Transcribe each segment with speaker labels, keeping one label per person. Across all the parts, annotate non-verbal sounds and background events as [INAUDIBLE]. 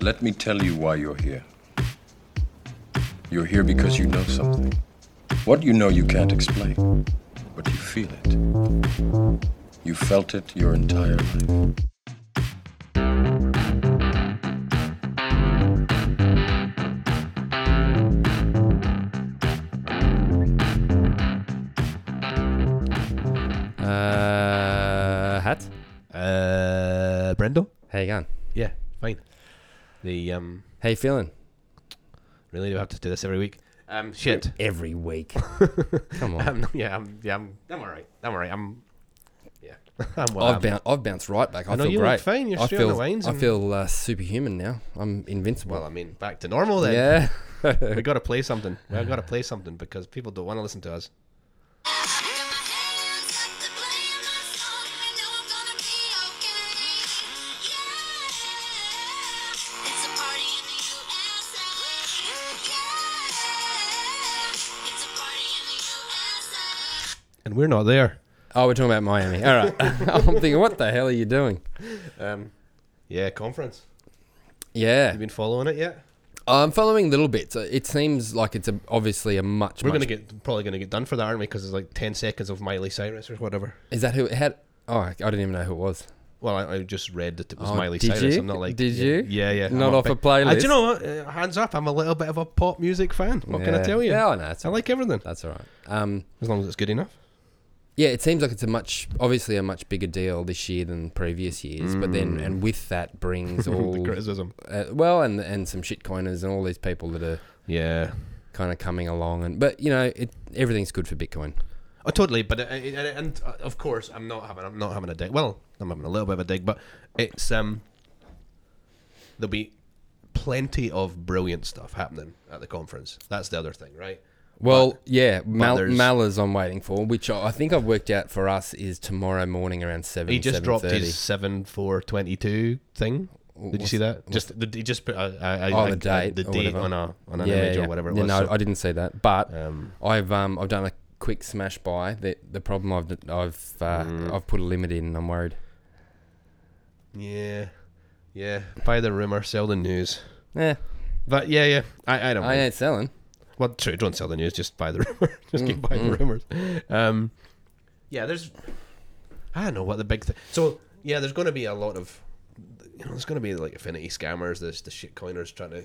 Speaker 1: Let me tell you why you're here. You're here because you know something. What you know you can't explain, but you feel it. You felt it your entire life.
Speaker 2: Uh, hat.
Speaker 3: Uh, Brendel?
Speaker 2: How you going?
Speaker 3: Yeah, fine. The um,
Speaker 2: How you feeling?
Speaker 3: really do I have to do this every week? Um, [LAUGHS] shit.
Speaker 2: Every [LAUGHS] week. Come on.
Speaker 3: Um, yeah, I'm, yeah, I'm, I'm all right. I'm all right. I'm, yeah, [LAUGHS] I'm well.
Speaker 2: I've,
Speaker 3: I'm-
Speaker 2: boun I've bounced right back. I,
Speaker 3: I know
Speaker 2: feel
Speaker 3: you look
Speaker 2: great.
Speaker 3: fine. You're
Speaker 2: I
Speaker 3: straight on
Speaker 2: feel,
Speaker 3: the lines
Speaker 2: I
Speaker 3: and-
Speaker 2: feel uh, superhuman now. I'm invincible.
Speaker 3: well, I mean, back to normal then.
Speaker 2: yeah.
Speaker 3: we got to play something. We got to play something because people don't want to listen to us. And we're not there.
Speaker 2: [LAUGHS] Oh, we're talking about Miami. All
Speaker 3: [LAUGHS]
Speaker 2: right. [LAUGHS] I'm thinking, what the hell are you doing?
Speaker 3: Um, yeah, conference.
Speaker 2: Yeah.
Speaker 3: You been following it yet?
Speaker 2: I'm following little bits. Uh, It seems like it's a, obviously a much.
Speaker 3: We're
Speaker 2: much
Speaker 3: gonna get probably gonna get done for that, aren't we? Because it's like ten seconds of Miley Cyrus or whatever.
Speaker 2: Is that who it had? Oh, I I didn't even know who it was.
Speaker 3: Well, I, I just read that it was
Speaker 2: Oh,
Speaker 3: Miley
Speaker 2: did
Speaker 3: Cyrus.
Speaker 2: you?
Speaker 3: I'm not like
Speaker 2: Did
Speaker 3: yeah,
Speaker 2: you?
Speaker 3: Yeah, yeah.
Speaker 2: Not
Speaker 3: I'm
Speaker 2: off a
Speaker 3: big- Uh, do
Speaker 2: playlist?
Speaker 3: you know what? Uh, hands up. I'm a little bit of a pop music fan. What can I
Speaker 2: Yeah.
Speaker 3: tell you?
Speaker 2: Yeah, I know. It's
Speaker 3: I
Speaker 2: all
Speaker 3: like everything
Speaker 2: That's all right. Um,
Speaker 3: as long as it's good enough. [LAUGHS]
Speaker 2: yeah, it seems like it's a much, obviously, a much bigger deal this year than previous years. But then, and with that brings
Speaker 3: Mm. [LAUGHS] the
Speaker 2: all,
Speaker 3: criticism.
Speaker 2: uh, well, and and some shitcoiners and all these people that are
Speaker 3: Yeah.
Speaker 2: kind of coming along. And but you know, it everything's good for Bitcoin.
Speaker 3: Oh, totally. But uh, and, and uh, of course, I'm not having. I'm not having a dig. Well, I'm having a little bit of a dig, but it's um. There'll be plenty of brilliant stuff happening at the conference. That's the other thing, right?
Speaker 2: Well, yeah, Mal-
Speaker 3: there's-
Speaker 2: Maller's I'm waiting for, which I I think I've worked out for us is tomorrow morning around seven.
Speaker 3: He just dropped
Speaker 2: 7:30.
Speaker 3: his seven four twenty two thing. Did you see that? Just the, he just put uh, a, a, a,
Speaker 2: Oh,
Speaker 3: a-
Speaker 2: the date
Speaker 3: the
Speaker 2: or
Speaker 3: date
Speaker 2: whatever.
Speaker 3: on a on an image or whatever it was.
Speaker 2: Yeah, no,
Speaker 3: So-
Speaker 2: I didn't see that, but
Speaker 3: Um,
Speaker 2: I've um I've done a quick smash buy. The the problem I've I've uh,
Speaker 3: Mm.
Speaker 2: I've put a limit in. and I'm worried.
Speaker 3: yeah, yeah. Buy the rumor, sell the news.
Speaker 2: Yeah,
Speaker 3: But yeah, yeah. I, I don't.
Speaker 2: I
Speaker 3: mind.
Speaker 2: ain't selling.
Speaker 3: Well, true. Don't sell the news. Just buy the [LAUGHS] rumor. just
Speaker 2: Mm,
Speaker 3: keep buying the rumors. Um, yeah, there's. I don't know what the big thing. So yeah, there's going to be a lot of. You know, there's going to be like affinity scammers. There's the shit coiners trying to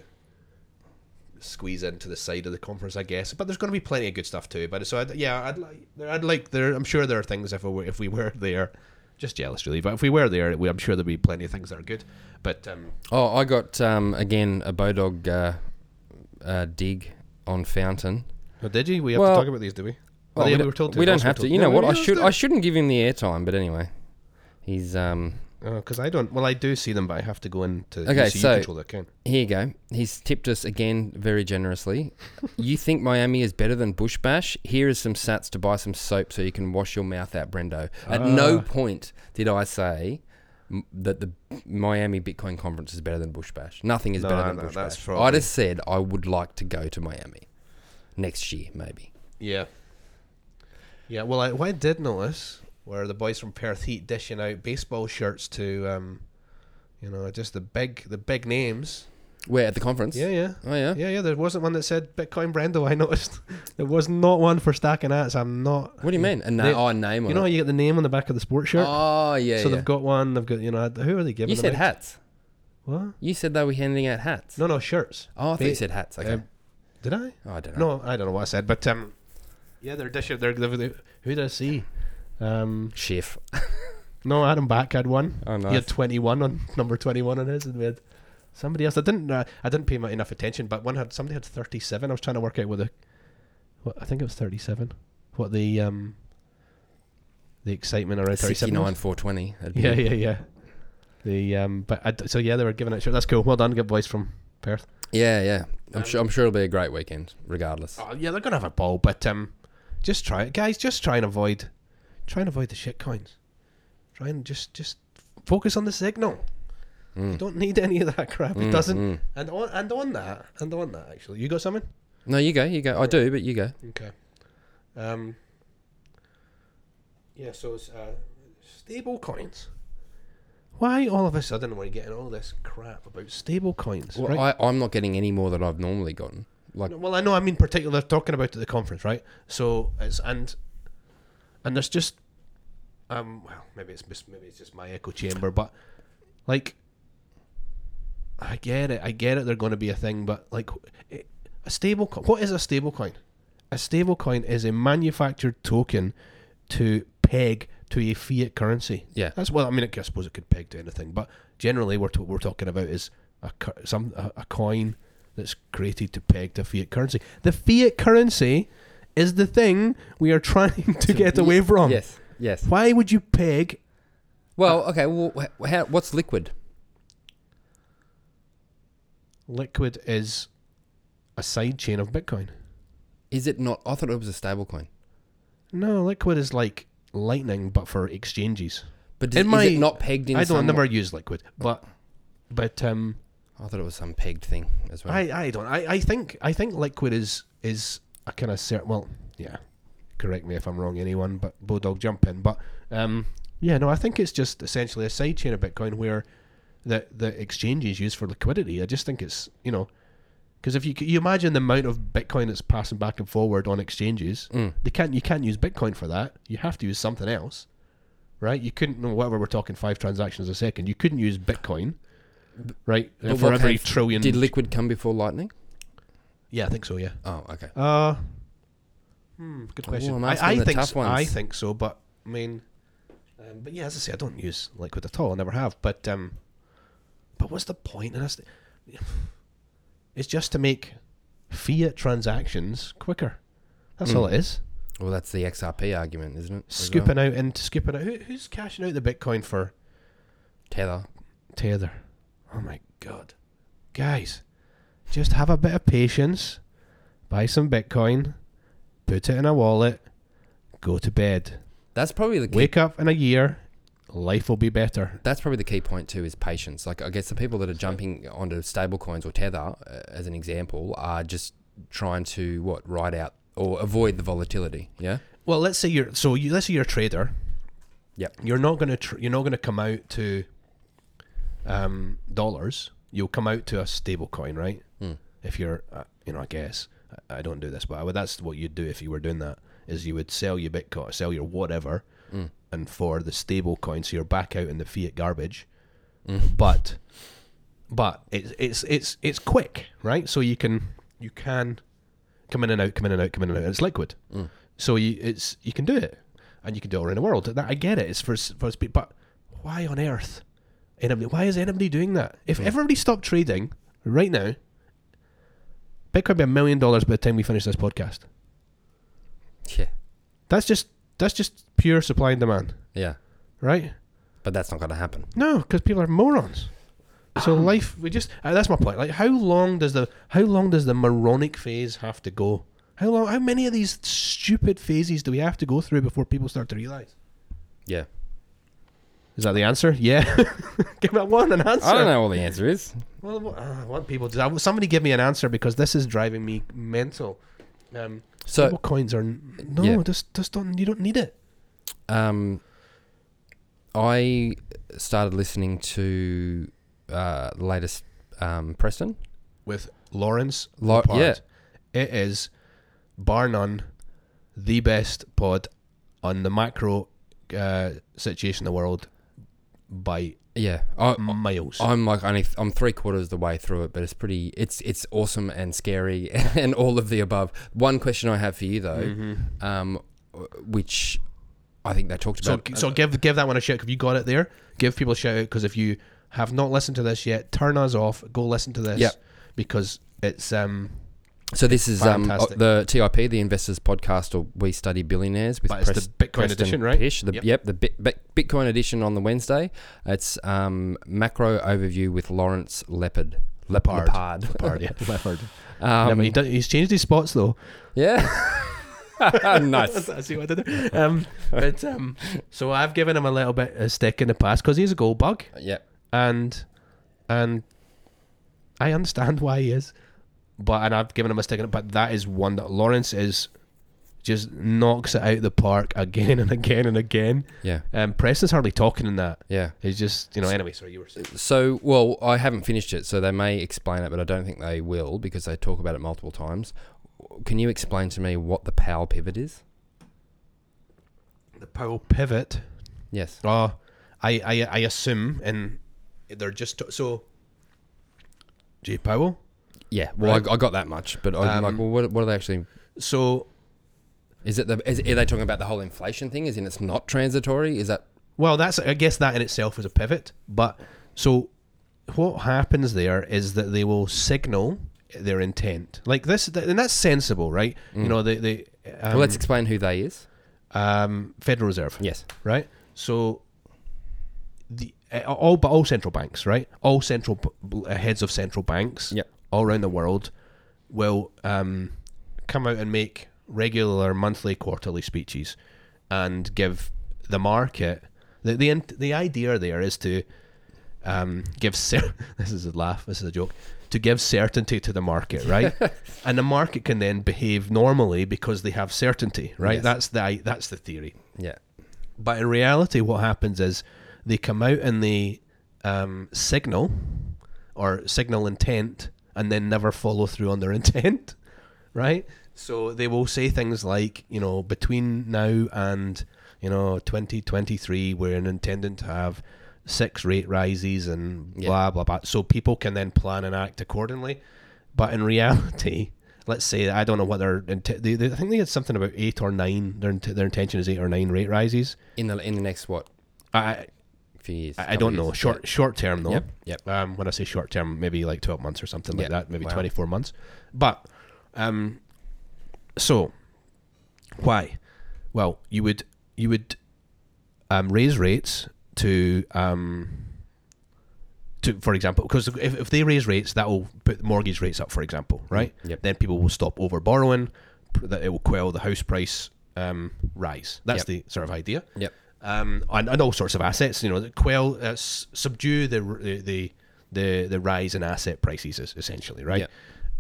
Speaker 3: squeeze into the side of the conference, I guess. But there's going to be plenty of good stuff too. But so I'd, yeah, I'd like. there- I'd like there. I'm sure there are things if we were, if we were there. Just jealous, really. But if we were there, we, I'm sure there'd be plenty of things that are good. But um,
Speaker 2: Oh, I got um again a Bodog uh, uh, dig on Fountain.
Speaker 3: oh, did you? We have
Speaker 2: Well-
Speaker 3: to talk about these, do we?
Speaker 2: Well,
Speaker 3: Oh, yeah,
Speaker 2: we,
Speaker 3: were
Speaker 2: don't-
Speaker 3: told
Speaker 2: we don't
Speaker 3: Ross were
Speaker 2: have to.
Speaker 3: told-
Speaker 2: You
Speaker 3: No,
Speaker 2: know
Speaker 3: we
Speaker 2: what? I
Speaker 3: didn't
Speaker 2: should
Speaker 3: do
Speaker 2: I
Speaker 3: it.
Speaker 2: shouldn't give him the airtime, but anyway, he's um
Speaker 3: because Uh, I don't. Well, I do see them, but I have to go into.
Speaker 2: Okay,
Speaker 3: you, see,
Speaker 2: so-
Speaker 3: you control the account.
Speaker 2: Here you go. He's tipped us again very generously. you think Miami is better than Bush Bash? Here is some sats to buy some soap so you can wash your mouth out, Brendo. At
Speaker 3: Ah.
Speaker 2: no point did I say m- that the Miami Bitcoin conference is better than Bush Bash. Nothing is
Speaker 3: No,
Speaker 2: better than
Speaker 3: no,
Speaker 2: Bush
Speaker 3: that's
Speaker 2: Bash.
Speaker 3: probably-
Speaker 2: I just said I would like to go to Miami next year, maybe.
Speaker 3: Yeah. Yeah. Well, I, what I did notice were the boys from Perth Heat dishing out baseball shirts to, um, you know, just the big the big names.
Speaker 2: Where at the conference?
Speaker 3: Yeah, yeah.
Speaker 2: Oh yeah.
Speaker 3: Yeah, yeah. There wasn't one that said Bitcoin Brendo. I [LAUGHS] noticed there was not one for stacking ats. I'm not.
Speaker 2: What do you mean? A na-
Speaker 3: They-
Speaker 2: oh, a name on
Speaker 3: You know, how
Speaker 2: it.
Speaker 3: you get the name on the back of the sports shirt.
Speaker 2: Oh yeah.
Speaker 3: so
Speaker 2: yeah.
Speaker 3: they've got one. They've got you know. Who are they giving?
Speaker 2: you
Speaker 3: them
Speaker 2: said
Speaker 3: out?
Speaker 2: hats.
Speaker 3: What?
Speaker 2: You said they were handing out hats.
Speaker 3: No, no shirts.
Speaker 2: Oh, I thought
Speaker 3: They-
Speaker 2: you said hats. Okay.
Speaker 3: Um, did I?
Speaker 2: oh, I don't know.
Speaker 3: No, I don't know what I said, but um, yeah, they're dishing. They're, they're, they who did I see? Um,
Speaker 2: [LAUGHS] Chef.
Speaker 3: no, Adam Back had one.
Speaker 2: Oh,
Speaker 3: He
Speaker 2: nice.
Speaker 3: had twenty one on [LAUGHS] number twenty one on his, and we had somebody else. I didn't. Uh, I didn't pay mu- enough attention, but one had somebody had thirty seven. I was trying to work out what the. What, I think it was thirty seven. What the um. The excitement around thirty seven.
Speaker 2: 69 420. That'd be
Speaker 3: Yeah, yeah, yeah. The um, but I d so yeah, they were giving it. Sure, that's cool. Well done, good boys from Perth.
Speaker 2: yeah, yeah.
Speaker 3: Um,
Speaker 2: I'm sure. I'm sure it'll be a great weekend, regardless.
Speaker 3: Oh yeah, they're gonna have a ball, but um, just try it, guys. Just try and avoid, try and avoid the shit coins. Try and just just focus on the signal.
Speaker 2: Hmm.
Speaker 3: You don't need any of that crap. it doesn't. And on and on that and on that actually, you got something?
Speaker 2: No, you go. You go. I do, but you go.
Speaker 3: Okay. Um. Yeah. So it's uh, stable coins. Why all of a sudden we're getting all this crap about stable coins?
Speaker 2: Well,
Speaker 3: right?
Speaker 2: I, I'm not getting any more than I've normally gotten. Like,
Speaker 3: No, Well, I know. I mean, particular talking about it at the conference, right? So it's and and there's just um. Well, maybe it's mis- maybe it's just my echo chamber, but like, I get it. I get it. They're going to be a thing, but like, it, a stable. Co- what is a stable coin? A stable coin is a manufactured token to peg to a fiat currency.
Speaker 2: Yeah.
Speaker 3: that's well. I mean, I suppose it could peg to anything, but generally, we're t- we're talking about is a cur- some a, a coin that's created to peg to fiat currency. The fiat currency is the thing we are trying
Speaker 2: [LAUGHS]
Speaker 3: to get away from.
Speaker 2: yes, yes.
Speaker 3: Why would you peg?
Speaker 2: Well, okay. Well, wh- how, what's liquid?
Speaker 3: Liquid is a side chain of Bitcoin.
Speaker 2: Is it not? I thought it was a stable coin.
Speaker 3: No, liquid is like lightning, but for exchanges.
Speaker 2: But
Speaker 3: In
Speaker 2: did,
Speaker 3: my-
Speaker 2: is it not pegged in?
Speaker 3: I don't
Speaker 2: some-
Speaker 3: never use liquid, but but um,
Speaker 2: I thought it was some pegged thing as well.
Speaker 3: I I don't. I, I think I think liquid is is a kind of certain. Well, yeah. Correct me if I'm wrong, anyone. But Bulldog jump in. But um, yeah, no, I think it's just essentially a side chain of Bitcoin where the the exchange is used for liquidity. I just think it's you know. Because if you c- you imagine the amount of Bitcoin that's passing back and forward on exchanges,
Speaker 2: Mm.
Speaker 3: they can't you can't use Bitcoin for that. You have to use something else, right? You couldn't know whatever we're talking five transactions a second. You couldn't use Bitcoin, right?
Speaker 2: But what
Speaker 3: for every
Speaker 2: came f-
Speaker 3: trillion.
Speaker 2: Did liquid come before lightning?
Speaker 3: yeah, I think so. Yeah.
Speaker 2: Oh, okay.
Speaker 3: Uh, hmm, good
Speaker 2: Oh,
Speaker 3: question.
Speaker 2: I'm
Speaker 3: I,
Speaker 2: asking
Speaker 3: I
Speaker 2: the
Speaker 3: think
Speaker 2: tough
Speaker 3: so,
Speaker 2: ones.
Speaker 3: I think so, but I mean, um, but yeah, as I say, I don't use liquid at all. I never have. But um, but what's the point in us? It's just to make fiat transactions quicker. That's all it is.
Speaker 2: Well, that's the XRP argument, isn't it? as well?
Speaker 3: Scooping out and scooping out. Who, who's cashing out the Bitcoin for
Speaker 2: tether.
Speaker 3: Tether? Oh my god, guys, just have a bit of patience. Buy some Bitcoin, put it in a wallet, go to bed.
Speaker 2: That's probably the key,
Speaker 3: Wake up in a year, life will be better.
Speaker 2: that's probably the key point too is patience. Like I guess the people that are jumping onto stable coins or tether uh, as an example are just trying to what ride out or avoid the volatility. Yeah.
Speaker 3: Well, let's say you're so you, let's say you're a trader.
Speaker 2: Yep.
Speaker 3: You're not gonna tr- you're not gonna come out to um, dollars. You'll come out to a stable coin, right? If you're, uh, you know, I guess I, I don't do this, but I would, that's what you'd do if you were doing that. Is you would sell your Bitcoin, sell your whatever, and for the stable coin, so you're back out in the fiat garbage. But but it's it's it's it's quick, right? So you can you can come in and out, come in and out, come in and out. It's liquid, so you it's you can do it, and you can do it all around the world. That I get it. It's for s- for speed, but why on earth? Anybody, why is anybody doing that? If everybody stopped trading right now, Bitcoin would be a million dollars by the time we finish this podcast.
Speaker 2: Yeah.
Speaker 3: That's just that's just pure supply and demand,
Speaker 2: Yeah.
Speaker 3: right?
Speaker 2: But that's not going to happen.
Speaker 3: No, because people are morons. So
Speaker 2: Um.
Speaker 3: life, we just uh, that's my point. Like, how long does the how long does the moronic phase have to go? How long? How many of these stupid phases do we have to go through before people start to realize?
Speaker 2: Yeah.
Speaker 3: Is that the answer? Yeah. [LAUGHS] give me one an answer.
Speaker 2: I don't know what the answer is.
Speaker 3: Well, wha- uh, I want people to I- somebody give me an answer because this is driving me mental. Um,
Speaker 2: So,
Speaker 3: stable coins are n- no,
Speaker 2: Yeah.
Speaker 3: just just don't you don't need it.
Speaker 2: um, I started listening to uh, the latest um, Preston.
Speaker 3: with Lawrence
Speaker 2: Lau-
Speaker 3: Lampard.
Speaker 2: yeah.
Speaker 3: It is, bar none, the best pod on the macro uh, situation in the world by
Speaker 2: Yeah, I,
Speaker 3: miles.
Speaker 2: I'm like only I'm three quarters the way through it, but it's pretty. It's it's awesome and scary [LAUGHS] and all of the above. One question I have for you though, um, which I think they talked
Speaker 3: Mm-hmm. so
Speaker 2: about.
Speaker 3: so give give that one a shout. If you got it there, give people a shout out because if you have not listened to this yet, turn us off. Go listen to this
Speaker 2: Yep.
Speaker 3: because
Speaker 2: [LAUGHS]
Speaker 3: it's um.
Speaker 2: So this is um, uh,
Speaker 3: Fantastic.
Speaker 2: the TIP, the Investors Podcast, or We Study Billionaires with
Speaker 3: But it's the Bitcoin edition, right?
Speaker 2: Pish, the,
Speaker 3: Yep.
Speaker 2: yep. the Bit- Bit- Bitcoin edition on the Wednesday. It's um, macro overview with Lawrence Leopard. Lep-
Speaker 3: Leopard.
Speaker 2: Lepard.
Speaker 3: Part, yeah, Leopard.
Speaker 2: Um,
Speaker 3: Never- he done- he's changed his spots though. [LAUGHS]
Speaker 2: yeah. [LAUGHS] nice.
Speaker 3: I see what I did [LAUGHS] there. Um, but um, so I've given him a little bit of stick in the past because he's a gold bug.
Speaker 2: Yeah.
Speaker 3: and and I [LAUGHS] understand why he is, but and I've given him a stick. But that is one that Lawrence is just knocks it out the park again and again and again.
Speaker 2: Yeah.
Speaker 3: Um, Preston's hardly talking in that.
Speaker 2: Yeah.
Speaker 3: It's just you know. Anyway, sorry, you were saying.
Speaker 2: So, well, I haven't finished it, so they may explain it, but I don't think they will because they talk about it multiple times. Can you explain to me what the power pivot is?
Speaker 3: the Powell pivot.
Speaker 2: Yes.
Speaker 3: Uh, I, I I assume, and they're just so. Jay Powell.
Speaker 2: Yeah. Well, I, I got that much, but I'm
Speaker 3: Um,
Speaker 2: like, well, what, what are they actually?
Speaker 3: So
Speaker 2: Is it the? Is, are they talking about the whole inflation thing? Is in it's not transitory? Is that?
Speaker 3: Well, that's I guess that in itself is a pivot. But so what happens there is that they will signal their intent like this, and that's sensible, right? You know, they they
Speaker 2: well,
Speaker 3: um,
Speaker 2: let's explain who they is.
Speaker 3: um, Federal Reserve,
Speaker 2: Yes.
Speaker 3: right? So the uh, all but all central banks, right? All central b- b- uh, heads of central banks,
Speaker 2: Yep.
Speaker 3: all around the world, will um, come out and make regular monthly, quarterly speeches, and give the market the the in- the idea there is to um, give cer- [LAUGHS] this is a laugh, this is a joke. To give certainty to the market, right, and the market can then behave normally because they have certainty, right?
Speaker 2: Yes.
Speaker 3: That's the i- that's the theory.
Speaker 2: Yeah.
Speaker 3: But in reality, what happens is they come out and they um, signal or signal intent and then never follow through on their [LAUGHS] intent, right? So they will say things like, you know, between now and, you know, 2023, we're intending to have six rate rises and
Speaker 2: Yeah.
Speaker 3: blah, blah, blah. So people can then plan and act accordingly. But in [LAUGHS] reality, let's say I don't know what their intent. They, they, I think they had something about eight or nine. Their int- their intention is eight or nine rate rises.
Speaker 2: In the in the next what
Speaker 3: I I,
Speaker 2: few years?
Speaker 3: I
Speaker 2: couple
Speaker 3: don't know.
Speaker 2: years?
Speaker 3: Short short term though.
Speaker 2: Yep, yep.
Speaker 3: Um, when I say short term, maybe like twelve months or something
Speaker 2: Yeah,
Speaker 3: like that. Maybe
Speaker 2: wow.
Speaker 3: twenty four months. But um, so why? Well, you would you would um, raise rates to um, to for example, because if, if they raise rates, that will put mortgage rates up, for example, right?
Speaker 2: Mm-hmm. Yep.
Speaker 3: Then people will stop over borrowing. That it will quell the house price um, rise.
Speaker 2: Yep.
Speaker 3: That's the sort of idea
Speaker 2: Yeah. Yep.
Speaker 3: um, and, and all sorts of assets. You know, that quell, uh, s- subdue the the the the, the rise in asset prices, es- essentially, right?
Speaker 2: Yeah.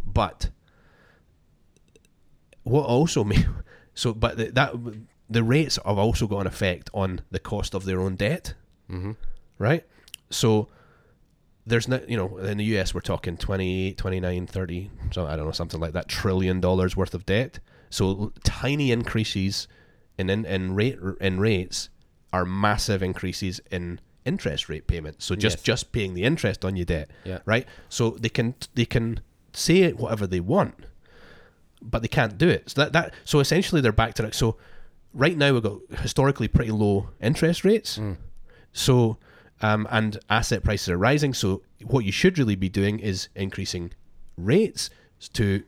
Speaker 3: But what also [LAUGHS] may so, but the, that the rates have also got an effect on the cost of their own debt, mm-hmm. right? So there's no, you know, in the US we're talking 28, 29, 30, so I don't know, something like that, trillion dollars worth of debt. So tiny increases in in, in rate in rates are massive increases in interest rate payments. So just
Speaker 2: Yes.
Speaker 3: just paying the interest on your debt,
Speaker 2: Yeah.
Speaker 3: right? So they can they can say it whatever they want, but they can't do it. So that, that so essentially they're back to it. So right now we've got historically pretty low interest rates.
Speaker 2: Mm.
Speaker 3: So um, and asset prices are rising. So what you should really be doing is increasing rates to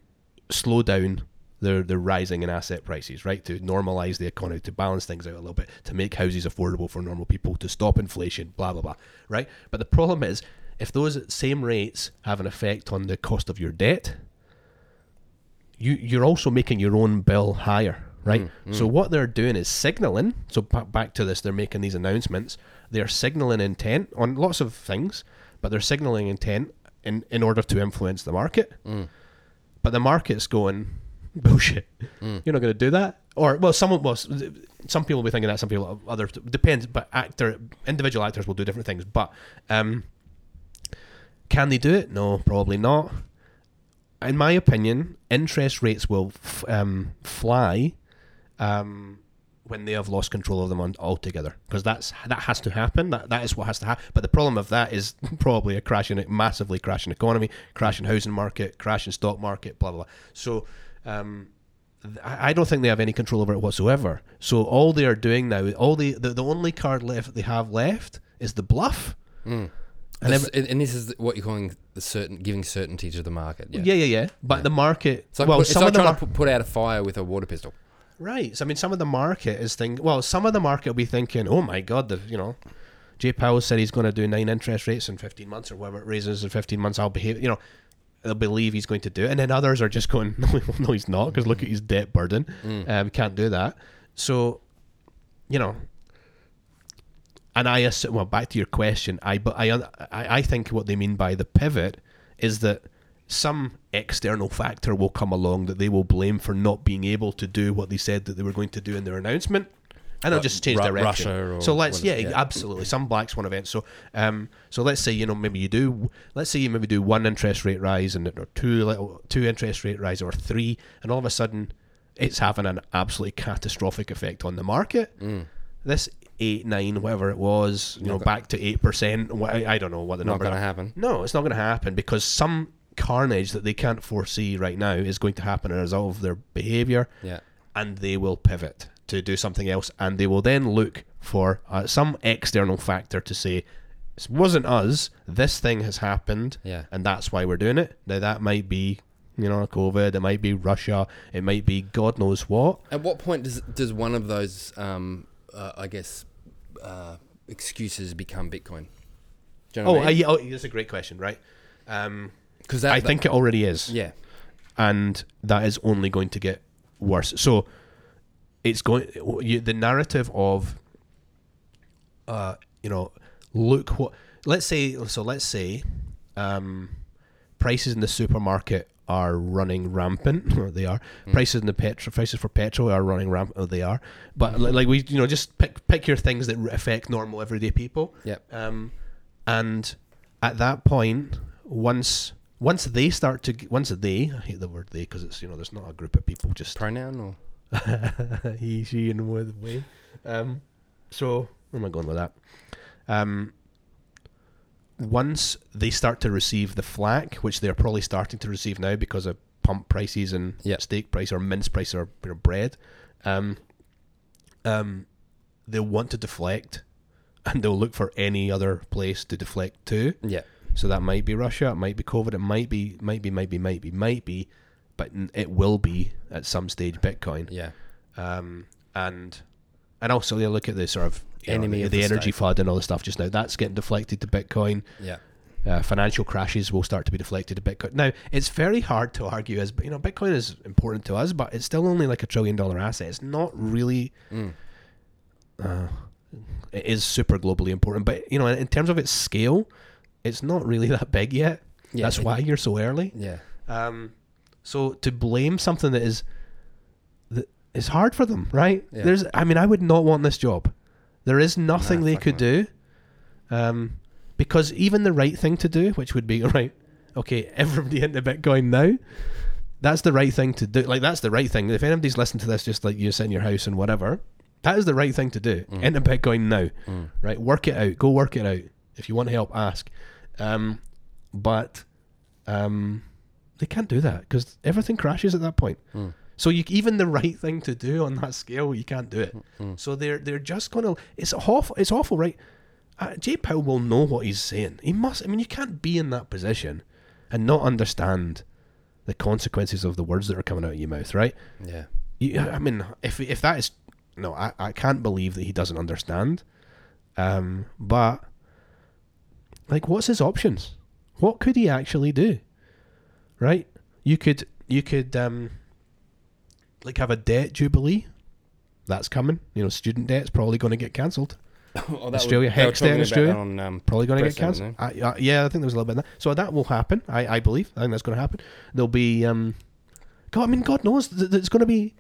Speaker 3: slow down the the rising in asset prices, right? To normalize the economy, to balance things out a little bit, to make houses affordable for normal people, to stop inflation, blah blah blah, right? But the problem is if those same rates have an effect on the cost of your debt, you you're also making your own bill higher, right? So what they're doing is signaling. So ba- back to this, they're making these announcements. They're signaling intent on lots of things, but they're signaling intent in in order to influence the market. But the market's going bullshit. You're not going to do that. Or well, someone well, s- some people will be thinking that. Some people other depends. But actor individual actors will do different things. But um, can they do it? No, probably not in my opinion, interest rates will f- um, fly um, when they have lost control of them on, altogether because that's that has to happen. That that is what has to happen. But the problem of that is [LAUGHS] probably a crashing, massively crashing economy, crashing housing market, crashing stock market, blah blah. blah. So. Um, th- I I don't think they have any control over it whatsoever. So all they are doing now, all the the, the only card left they have left is the bluff.
Speaker 2: And, this, and- and this is what you're calling the certain giving certainty to the market. Yeah.
Speaker 3: Yeah, yeah, yeah. But the market.
Speaker 2: It's like,
Speaker 3: well,
Speaker 2: put, it's
Speaker 3: some
Speaker 2: like
Speaker 3: of them
Speaker 2: trying
Speaker 3: are-
Speaker 2: to put, put out a fire with a water pistol.
Speaker 3: Right. So I mean, some of the market is thinking. Well, some of the market will be thinking, "Oh my God, the you know, Jay Powell said he's going to do nine interest rates in fifteen months, or whatever it raises in fifteen months. I'll behave." You know, they'll believe he's going to do it, and then others are just going, [LAUGHS] "No, no, he's not," because look at his debt burden. Um, can't do that. So, you know. And I assume, well, back to your question, I but I, I I think what they mean by the pivot is that some external factor will come along that they will blame for not being able to do what they said that they were going to do in their announcement, and they'll just change
Speaker 2: Ru-
Speaker 3: direction.
Speaker 2: Russia or
Speaker 3: so let's yeah,
Speaker 2: whatever, yeah.
Speaker 3: absolutely some black swan events. So um, so let's say you know maybe you do let's say you maybe do one interest rate rise and or two little two interest rate rise or three, and all of a sudden it's having an absolutely catastrophic effect on the market.
Speaker 2: Mm.
Speaker 3: This eight nine whatever it was, you know, back to eight percent. I I don't know what the
Speaker 2: Not
Speaker 3: numbers
Speaker 2: going to
Speaker 3: are.
Speaker 2: happen.
Speaker 3: No, it's not going to happen because some carnage that they can't foresee right now is going to happen as a result of their behavior.
Speaker 2: Yeah.
Speaker 3: And they will pivot to do something else. And they will then look for uh, some external factor to say, this wasn't us. This thing has happened.
Speaker 2: Yeah.
Speaker 3: And that's why we're doing it. Now, that might be, you know, COVID. It might be Russia. It might be God knows what.
Speaker 2: At what point does does one of those, um, uh, I guess, uh, excuses become Bitcoin? Do you know
Speaker 3: Oh,
Speaker 2: what
Speaker 3: I, oh, that's a great question, right? Um,
Speaker 2: because
Speaker 3: I think it already is.
Speaker 2: yeah,
Speaker 3: and that is only going to get worse. So it's going you, the narrative of uh you know look what let's say so let's say um prices in the supermarket are running rampant [LAUGHS] or they are
Speaker 2: Hmm.
Speaker 3: prices in the petrol prices for petrol are running rampant or they are but
Speaker 2: Hmm.
Speaker 3: li- like we you know just pick pick your things that affect normal everyday people
Speaker 2: Yep.
Speaker 3: um, and at that point, once once they start to once they I hate the word they because it's you know there's not a group of people just
Speaker 2: pronoun or
Speaker 3: he she and with way. Um, so where am I going with that? Um, once they start to receive the flack, which they're probably starting to receive now because of pump prices and
Speaker 2: Yeah.
Speaker 3: steak price or mince price or you know, bread, um, um, they'll want to deflect and they'll look for any other place to deflect to.
Speaker 2: yeah,
Speaker 3: So that might be Russia, it might be COVID, it might be, might be, might be, might be, might be, but n- it will be at some stage Bitcoin
Speaker 2: yeah,
Speaker 3: um, and and also you look at the sort of you know,
Speaker 2: Enemy
Speaker 3: the,
Speaker 2: of
Speaker 3: the
Speaker 2: the
Speaker 3: energy
Speaker 2: state.
Speaker 3: flood and all the stuff just now. That's getting deflected to Bitcoin.
Speaker 2: yeah.
Speaker 3: Uh, financial crashes will start to be deflected to Bitcoin. Now it's very hard to argue as you know Bitcoin is important to us, but it's still only like a trillion dollar asset. It's not really.
Speaker 2: Mm.
Speaker 3: Uh, it is super globally important, but you know in terms of its scale, it's not really [LAUGHS] that big yet.
Speaker 2: Yeah,
Speaker 3: That's
Speaker 2: it-
Speaker 3: why you're so early.
Speaker 2: Yeah.
Speaker 3: Um, so to blame something that is that is hard for them, right?
Speaker 2: Yeah.
Speaker 3: There's, I mean, I would not want this job. There is nothing
Speaker 2: Nah,
Speaker 3: they
Speaker 2: fuck
Speaker 3: could
Speaker 2: no.
Speaker 3: do, um, because even the right thing to do, which would be [LAUGHS] right, okay, everybody into Bitcoin now. That's the right thing to do. Like that's the right thing. If anybody's listening to this, just like you sit in your house and whatever, that is the right thing to do.
Speaker 2: Mm.
Speaker 3: Into Bitcoin now, right? Work it out. Go work it out. If you want help, ask. Um, but um, they can't do that because everything crashes at that point. So you, even the right thing to do on that scale, you can't do it. So they're they're just gonna. It's awful. It's awful, right? Uh, Jay Powell will know what he's saying. He must. I mean, you can't be in that position and not understand the consequences of the words that are coming out of your mouth, right?
Speaker 2: Yeah.
Speaker 3: You, I mean, if if that is no, I, I can't believe that he doesn't understand. Um, but like, what's his options? What could he actually do? Right? You could you could um, like have a debt jubilee. That's coming. You know, student debt's probably going to get cancelled.
Speaker 2: Oh,
Speaker 3: Australia,
Speaker 2: they were
Speaker 3: Hexter in
Speaker 2: talking about
Speaker 3: Australia?
Speaker 2: that On, um,
Speaker 3: Probably going to get
Speaker 2: press, haven't
Speaker 3: cancelled. I, I, yeah, I think there was a little bit of that. So that will happen. I, I believe. I think that's going to happen. There'll be. Um, God, I mean, God knows th- th- it's going to be.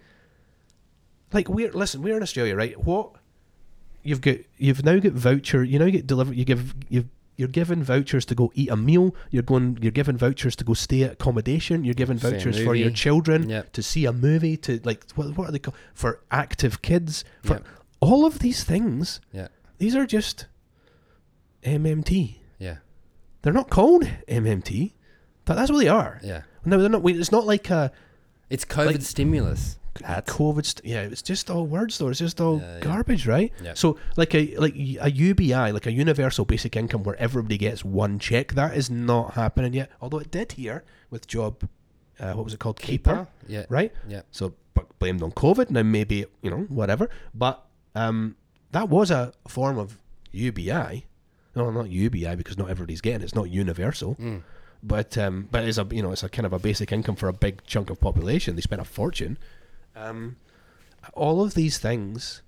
Speaker 3: Like we're listen, we're in Australia, right? What you've got, you've now got voucher. You now get delivered. You give you. You're given vouchers to go eat a meal. You're going. You're given vouchers to go stay at accommodation. You're given
Speaker 2: See a
Speaker 3: vouchers for
Speaker 2: movie.
Speaker 3: your children
Speaker 2: Yep.
Speaker 3: to see a movie. To like what, what are they called for active kids? For
Speaker 2: Yep.
Speaker 3: all of these things,
Speaker 2: Yeah.
Speaker 3: these are just MMT.
Speaker 2: Yeah.
Speaker 3: They're not called MMT, but that's what they are.
Speaker 2: Yeah.
Speaker 3: No, they're not. we- It's not like a
Speaker 2: It's COVID
Speaker 3: Like-
Speaker 2: stimulus.
Speaker 3: COVID. St- yeah, it's just all words, though. It's just all
Speaker 2: Yeah, yeah.
Speaker 3: garbage, right?
Speaker 2: Yeah.
Speaker 3: So, like a like a UBI, like a universal basic income, where everybody gets one check. That is not happening yet. Although it did here with job, uh, what was it called? Keeper,
Speaker 2: Yeah.
Speaker 3: right?
Speaker 2: Yeah.
Speaker 3: So b- blamed on COVID. Now maybe you know whatever, but um, that was a form of UBI. No, not UBI because not everybody's getting it. it's not universal. But um, but it's a you know it's a kind of a basic income for a big chunk of population. They spent a fortune. Um, all of these things,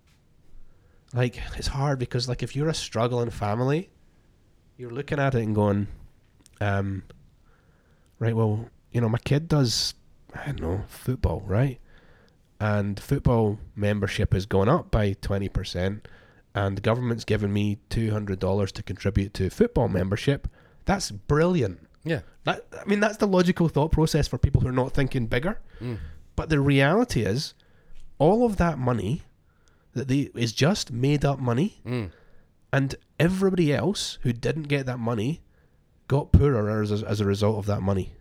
Speaker 3: like it's hard because like if you're a struggling family, you're looking at it and going, um, right, well, you know, my kid does, I don't know, football, right? And football membership has gone up by 20%, and the government's given me $200 to contribute to football membership. That's brilliant.
Speaker 2: Yeah.
Speaker 3: That, I mean, that's the logical thought process for people who are not thinking bigger. But the reality is, all of that money that they is just made up money, and everybody else who didn't get that money got poorer as, as a result of that money.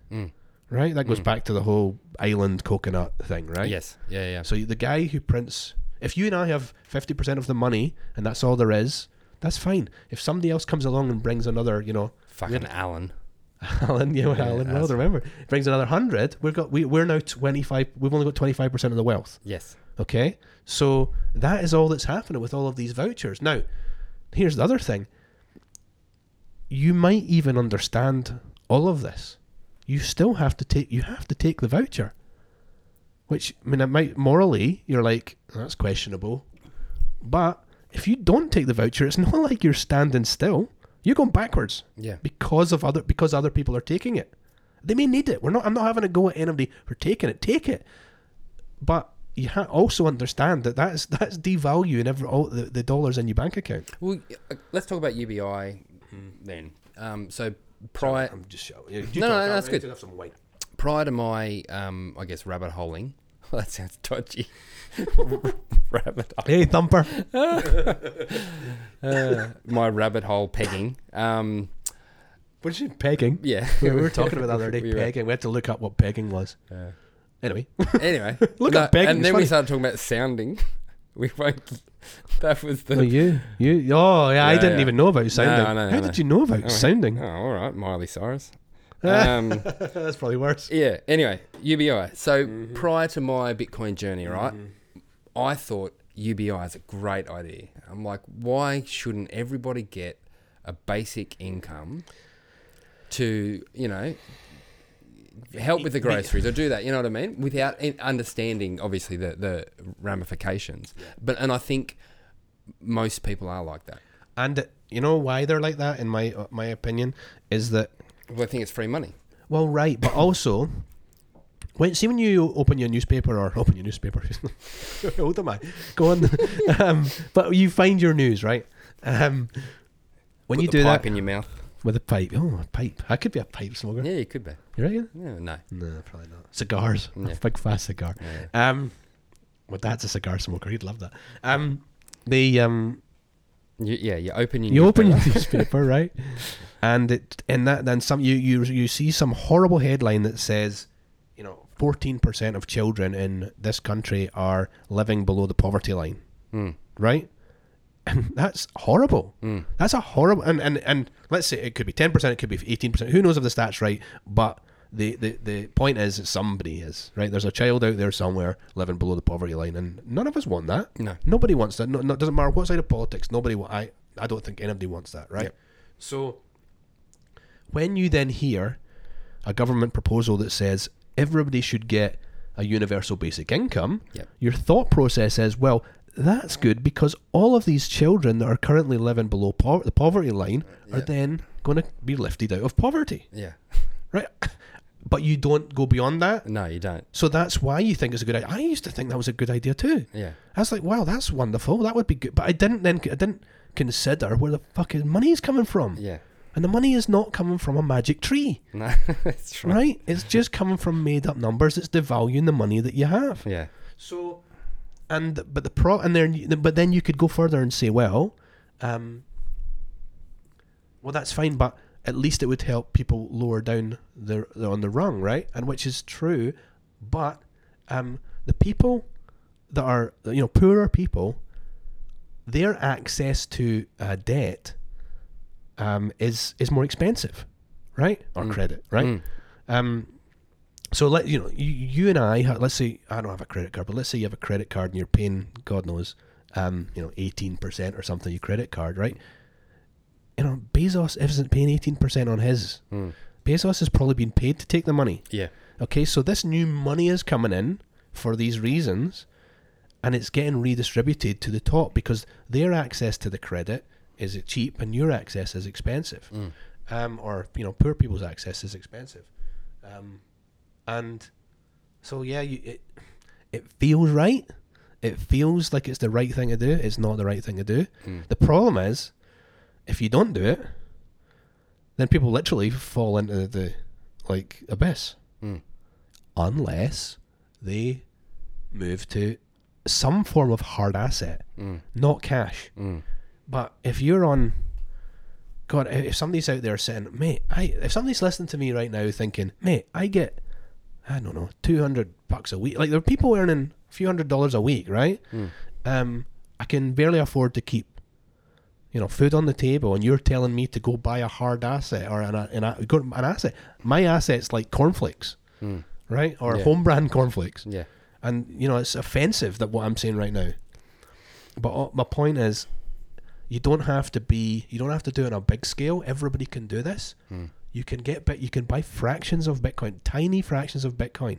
Speaker 3: Right? That goes back to the whole island coconut thing, right?
Speaker 2: Yes. Yeah. Yeah.
Speaker 3: So the guy who prints, if you and I have 50% of the money and that's all there is, that's fine. If somebody else comes along and brings another, you know,
Speaker 2: Fucking Alan.
Speaker 3: Alan, yeah, Alan
Speaker 2: that's-
Speaker 3: Well, remember. Brings another hundred. We've got we we're now twenty five. We've only got twenty five percent of the wealth.
Speaker 2: Yes.
Speaker 3: Okay, so that is all that's happening with all of these vouchers. Now, here's the other thing. You might even understand all of this. You still have to take. You have to take the voucher. Which I mean, it might morally you're like that's questionable, but if you don't take the voucher, it's [LAUGHS] not like you're standing still. You're going backwards
Speaker 2: Yeah.
Speaker 3: because of other because other people are taking it. They may need it. We're not. I'm not having a go at anybody for taking it. Take it, but you ha- also understand that that's that's devaluing every all the, the dollars in your bank account.
Speaker 2: Well, uh, let's talk about UBI then. Um, so prior
Speaker 3: I'm just shouting.
Speaker 2: No, no, that's good.
Speaker 3: Have some wine.
Speaker 2: prior to my, um, I guess, rabbit holing. [LAUGHS] that sounds
Speaker 3: [LAUGHS]
Speaker 2: dodgy. rabbit
Speaker 3: Hey, thumper.
Speaker 2: [LAUGHS] my rabbit hole pegging. Um,
Speaker 3: What's she pegging? [LAUGHS]
Speaker 2: yeah.
Speaker 3: we were talking about that the other day.
Speaker 2: We were-
Speaker 3: pegging. We had to look up what pegging was. [LAUGHS] Anyway,
Speaker 2: [LAUGHS] Anyway,
Speaker 3: Look up pegging,
Speaker 2: And
Speaker 3: it's
Speaker 2: then
Speaker 3: funny.
Speaker 2: we started talking about sounding. [LAUGHS] We won't. That was the.
Speaker 3: you, you. Oh, yeah. I
Speaker 2: Yeah,
Speaker 3: didn't
Speaker 2: yeah.
Speaker 3: even know about sounding.
Speaker 2: I know, I
Speaker 3: How
Speaker 2: know.
Speaker 3: did you know about sounding? Ah.
Speaker 2: Oh, all right, Miley Cyrus. Um,
Speaker 3: that's probably worse.
Speaker 2: yeah. Anyway, UBI. So prior to my Bitcoin journey, right, I thought UBI is a great idea. I'm like, why shouldn't everybody get a basic income to, you know, help with the groceries or do that? You know what I mean? Without in- understanding, obviously, the the ramifications. But and I think most people are like that.
Speaker 3: And you know why they're like that? In my uh, my opinion, is that
Speaker 2: Well, I think it's free money.
Speaker 3: Well, right, but also, when see when you open your newspaper or open your newspaper, [LAUGHS] how old am I? Go on, [LAUGHS] um, but you find your news, right? Um, when
Speaker 2: Put
Speaker 3: you
Speaker 2: the
Speaker 3: do
Speaker 2: pipe
Speaker 3: that
Speaker 2: in your mouth.
Speaker 3: with a pipe, oh, a pipe! I could be a pipe smoker.
Speaker 2: Yeah, you could be.
Speaker 3: You reckon?
Speaker 2: Yeah, no.
Speaker 3: No, probably not. Cigars,
Speaker 2: Yeah.
Speaker 3: [LAUGHS] big fast cigar. Um, well, dad's a cigar smoker. He'd love that. Um, the um,
Speaker 2: You, yeah, you open your
Speaker 3: you [LAUGHS] open your
Speaker 2: newspaper.
Speaker 3: newspaper, right? And it and that then some you you you see some horrible headline that says, you know, fourteen percent of children in this country are living below the poverty line, right? And that's horrible. That's a horrible and, and and let's say it could be ten percent, it could be eighteen percent. Who knows if the stats right? But the, the the point is that somebody is right. There's a child out there somewhere living below the poverty line, and none of us want that.
Speaker 2: No.
Speaker 3: Nobody wants that. No, no, it doesn't matter what side of politics. Nobody. wa- I I don't think anybody wants that, right? So when you then hear a government proposal that says everybody should get a universal basic income,
Speaker 2: Yep.
Speaker 3: your thought process is, well, that's good because all of these children that are currently living below po- the poverty line are then going to be lifted out of poverty,
Speaker 2: yeah.
Speaker 3: right? [LAUGHS] But you don't go beyond that.
Speaker 2: No, you don't.
Speaker 3: So that's why you think it's a good idea. I used to think that was a good idea too.
Speaker 2: Yeah.
Speaker 3: I was like, wow, that's wonderful. That would be good. But I didn't then I didn't consider where the fucking money is coming from.
Speaker 2: Yeah. [LAUGHS]
Speaker 3: And the money is not coming from a magic tree,
Speaker 2: No, it's right.
Speaker 3: right? It's just coming from made up numbers. It's devaluing the money that you have.
Speaker 2: Yeah.
Speaker 3: So, and but the pro and then but then you could go further and say, well, um, well that's fine, but at least it would help people lower down the, the on the rung, right? And which is true, but um, the people that are you know poorer people, their access to uh, debt um, is is more expensive, right? Or credit, right? Um, so let you know you, you and I ha- let's say I don't have a credit card, but let's say you have a credit card and you're paying God knows, um, you know eighteen percent or something your credit card, right? You know Bezos isn't paying eighteen percent on his. Bezos has probably been paid to take the money.
Speaker 2: Yeah.
Speaker 3: Okay, so this new money is coming in for these reasons, and it's getting redistributed to the top because their access to the credit is cheap and your access is expensive, um, or you know poor people's access is expensive. Um, and so yeah, you, it it feels right. It feels like it's the right thing to do. It's not the right thing to do. The problem is, if you don't do it, then people literally fall into the like abyss. Unless they move to some form of hard asset,
Speaker 2: Mm.
Speaker 3: not cash. But if you're on, God, if if somebody's out there saying, mate, I, if somebody's listening to me right now thinking, mate, I get, I don't know, 200 bucks a week. Like there are people earning a few hundred dollars a week, right?
Speaker 2: Mm.
Speaker 3: Um, I can barely afford to keep you know, food on the table, and you're telling me to go buy a hard asset or an, an, a- go- an asset. My asset's like cornflakes, right? Or
Speaker 2: Mm. Yeah.
Speaker 3: home brand cornflakes.
Speaker 2: Yeah.
Speaker 3: And, you know, it's offensive that what I'm saying right now. But uh, my point is, you don't have to be, you don't have to do it on a big scale. Everybody can do this. You can get, bit, you can buy fractions of Bitcoin, tiny fractions of Bitcoin.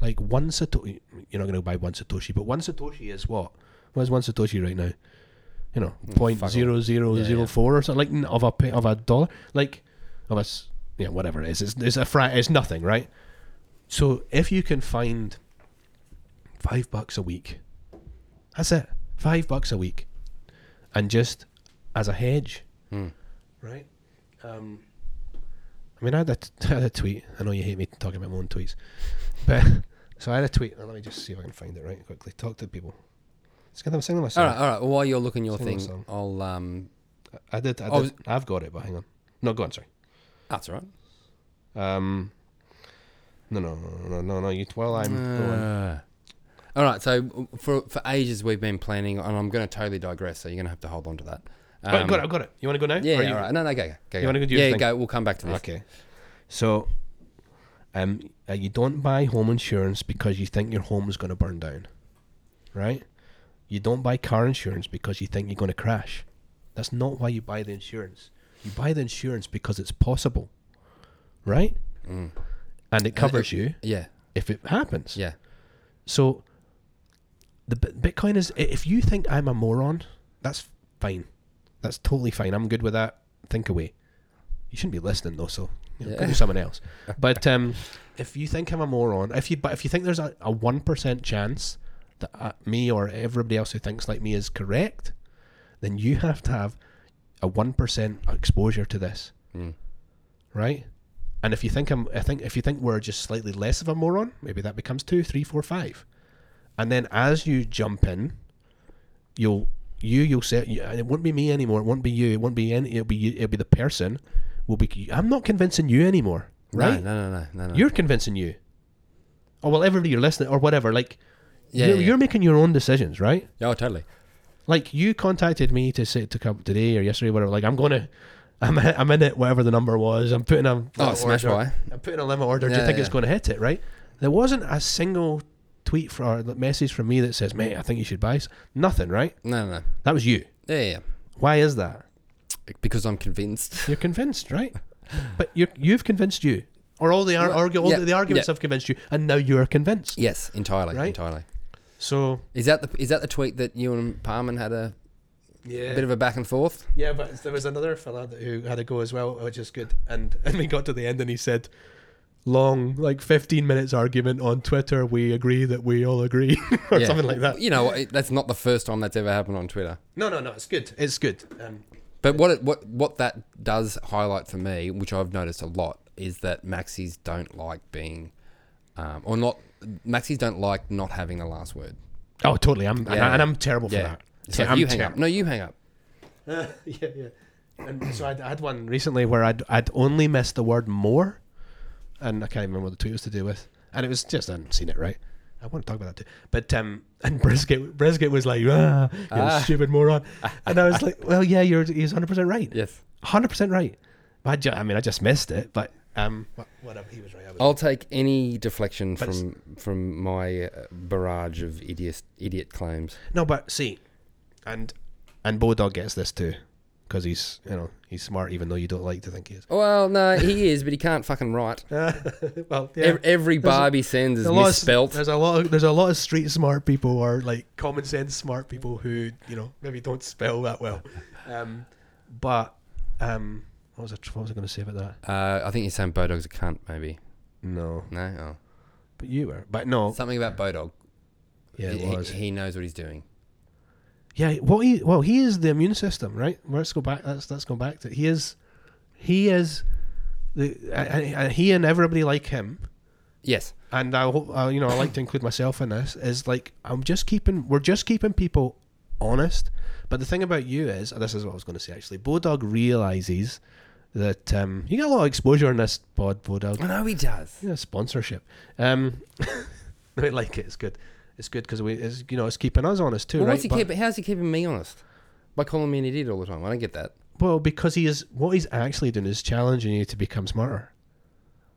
Speaker 3: Like one Satoshi, you're not going to buy one Satoshi, but one Satoshi is what? What is one Satoshi right now? you know, point
Speaker 2: Mm, fuck
Speaker 3: zero zero zero four or something like n- of a p- of a dollar, like of a s- yeah whatever it is. It's it's a fra- it's nothing, right? So if you can find five bucks a week, that's it, five bucks a week, and just as a hedge,
Speaker 2: Hmm.
Speaker 3: right? Um, I mean, I had, a t- [LAUGHS] I had a tweet. I know you hate me talking about my own tweets, but [LAUGHS] so I had a tweet. Let me just see if I can find it right quickly. Talk to people. Let's get them singing my song.
Speaker 2: All right, all right. Well, while you're looking your
Speaker 3: Sing
Speaker 2: thing,
Speaker 3: the song.
Speaker 2: I'll um.
Speaker 3: I did. I did.
Speaker 2: Oh,
Speaker 3: I've got it, but hang on. No, go on. Sorry.
Speaker 2: That's all right.
Speaker 3: Um, no, no, no, no, no, no. You while I'm going.
Speaker 2: Uh, all right. So for for ages we've been planning, and I'm going to totally digress. So you're going to have to hold on to that. Um,
Speaker 3: oh, got it. I got it. You want to go now?
Speaker 2: Yeah.
Speaker 3: Or you,
Speaker 2: all right. No, no. Go. go, go
Speaker 3: You wanna go do your
Speaker 2: Yeah.
Speaker 3: thing?
Speaker 2: Go. We'll come back to this.
Speaker 3: Okay. So, um, uh, you don't buy home insurance because you think your home is going to burn down, right? You don't buy car insurance because you think you're going to crash. That's not why you buy the insurance. You buy the insurance because it's possible, right?
Speaker 2: Mm.
Speaker 3: And it covers you
Speaker 2: Yeah.
Speaker 3: if it happens.
Speaker 2: Yeah.
Speaker 3: So the Bi- Bitcoin is i- if you think I'm a moron, that's fine. That's totally fine. I'm good with that. Think away. You shouldn't be listening though, so you know, go
Speaker 2: Yeah.
Speaker 3: to someone else. But um, if you think I'm a moron, if you but if you think there's a one percent chance that uh, me or everybody else who thinks like me is correct, then you have to have a one percent exposure to this,
Speaker 2: Mm.
Speaker 3: right? And if you think I'm, I think if you think we're just slightly less of a moron, maybe that becomes two, three, four, five, and then as you jump in, you'll you you'll say you- and it won't be me anymore. It won't be you. It won't be any. It'll be you, it'll be the person. Will be. I'm not convincing you anymore, right?
Speaker 2: No. No. No. No. No.
Speaker 3: You're convincing you. Oh well, everybody you're listening or whatever. Like,
Speaker 2: Yeah,
Speaker 3: you're,
Speaker 2: yeah.
Speaker 3: you're making your own decisions, right?
Speaker 2: oh, totally.
Speaker 3: like you contacted me to say to come today or yesterday, whatever. Like I'm gonna, I'm I'm in it, whatever the number was. I'm putting a limit
Speaker 2: smash
Speaker 3: order-
Speaker 2: buy.
Speaker 3: I'm putting a limit order. Do
Speaker 2: Yeah,
Speaker 3: you think it's
Speaker 2: yeah.
Speaker 3: going to hit it? Right? There wasn't a single tweet for, or message from me that says, "Mate, I think you should buy." s-" Nothing, right?
Speaker 2: No. No. No.
Speaker 3: That was you.
Speaker 2: Yeah. Yeah.
Speaker 3: Why is that?
Speaker 2: yeah. Because I'm convinced. [LAUGHS]
Speaker 3: You're convinced, right? But you you've convinced you, or all the ar- argu- all
Speaker 2: yeah,
Speaker 3: the, the arguments
Speaker 2: yeah.
Speaker 3: have convinced you, and now you're convinced.
Speaker 2: yes. Entirely.
Speaker 3: Right?
Speaker 2: Entirely.
Speaker 3: So
Speaker 2: Is that the is that the tweet that you and Parman had a
Speaker 3: yeah,
Speaker 2: bit of a back and forth?
Speaker 3: Yeah, but there was another fella that- who had a go as well, which is good. And [LAUGHS] and we got to the end, and he said, "Long, like fifteen minutes argument on Twitter. We agree that we all agree, [LAUGHS] or
Speaker 2: Yeah.
Speaker 3: something like that."
Speaker 2: You know, it- that's not the first time that's ever happened on Twitter.
Speaker 3: No, no, no. It's good. It's good. Um,
Speaker 2: But what it, what what that does highlight for me, which I've noticed a lot, is that maxis don't like being, um, or not maxis don't like not having the last word.
Speaker 3: oh, totally. I'm and,
Speaker 2: Yeah.
Speaker 3: I, and I'm terrible
Speaker 2: Yeah.
Speaker 3: for that.
Speaker 2: It's
Speaker 3: Ter-
Speaker 2: like,
Speaker 3: I'm
Speaker 2: you hang
Speaker 3: terrible.
Speaker 2: up. No, you hang up.
Speaker 3: [LAUGHS] yeah, yeah. And so I'd, I had one recently where I'd, I'd only missed the word more, and I can't even remember what the tweet was to do with. And it was just I hadn't seen it right. I want to talk about that too. But um, [LAUGHS] and brisket brisket was like, ah, you stupid [LAUGHS] moron, and I was like, well, yeah, you're he's hundred percent right.
Speaker 2: Yes.
Speaker 3: hundred percent right. I, ju- I mean, I just missed it, but um, wha- whatever. He was right. I was
Speaker 2: I'll take any deflection
Speaker 3: But it's-
Speaker 2: from from my uh, barrage of idiot idiot claims.
Speaker 3: No, but see, and and Bodog gets this too, because he's you know he's smart, even though you don't like to think he is.
Speaker 2: Well, no, he is, but he can't fucking write.
Speaker 3: [LAUGHS] well, yeah.
Speaker 2: Ev Every barb he sends is
Speaker 3: There's a lot of-
Speaker 2: misspelt.
Speaker 3: there's a lot. Of, there's a lot of street smart people or like common sense smart people who you know maybe don't spell that well. Um, but um, what was I, what was I going to say about that?
Speaker 2: Uh, I think you're saying Bodog's a cunt, maybe.
Speaker 3: No,
Speaker 2: No,
Speaker 3: but you were. But
Speaker 2: oh.
Speaker 3: no,
Speaker 2: something about Bodog.
Speaker 3: yeah, it
Speaker 2: He-
Speaker 3: was.
Speaker 2: He, he knows what he's doing.
Speaker 3: Yeah, well, he well he is the immune system, right? Let's go back. Let's let's go back to he is, he is, the I, I, I- he and everybody like him.
Speaker 2: Yes,
Speaker 3: And I hope I, you know I like to include myself in this is like I'm just keeping we're just keeping people honest. But the thing about you is and this is what I was going to say actually. Bodog realizes that um, you got a lot of exposure in this pod, Bodog.
Speaker 2: I know he does.
Speaker 3: Yeah, sponsorship. Um, [LAUGHS] I like it. It's good. It's good because we, it's, you know, it's keeping us honest too,
Speaker 2: Well,
Speaker 3: right?
Speaker 2: what's he
Speaker 3: But-
Speaker 2: keep, how's he keeping me honest? By calling me an idiot all the time. I don't get that.
Speaker 3: Well, because he is what he's actually doing is challenging you to become smarter.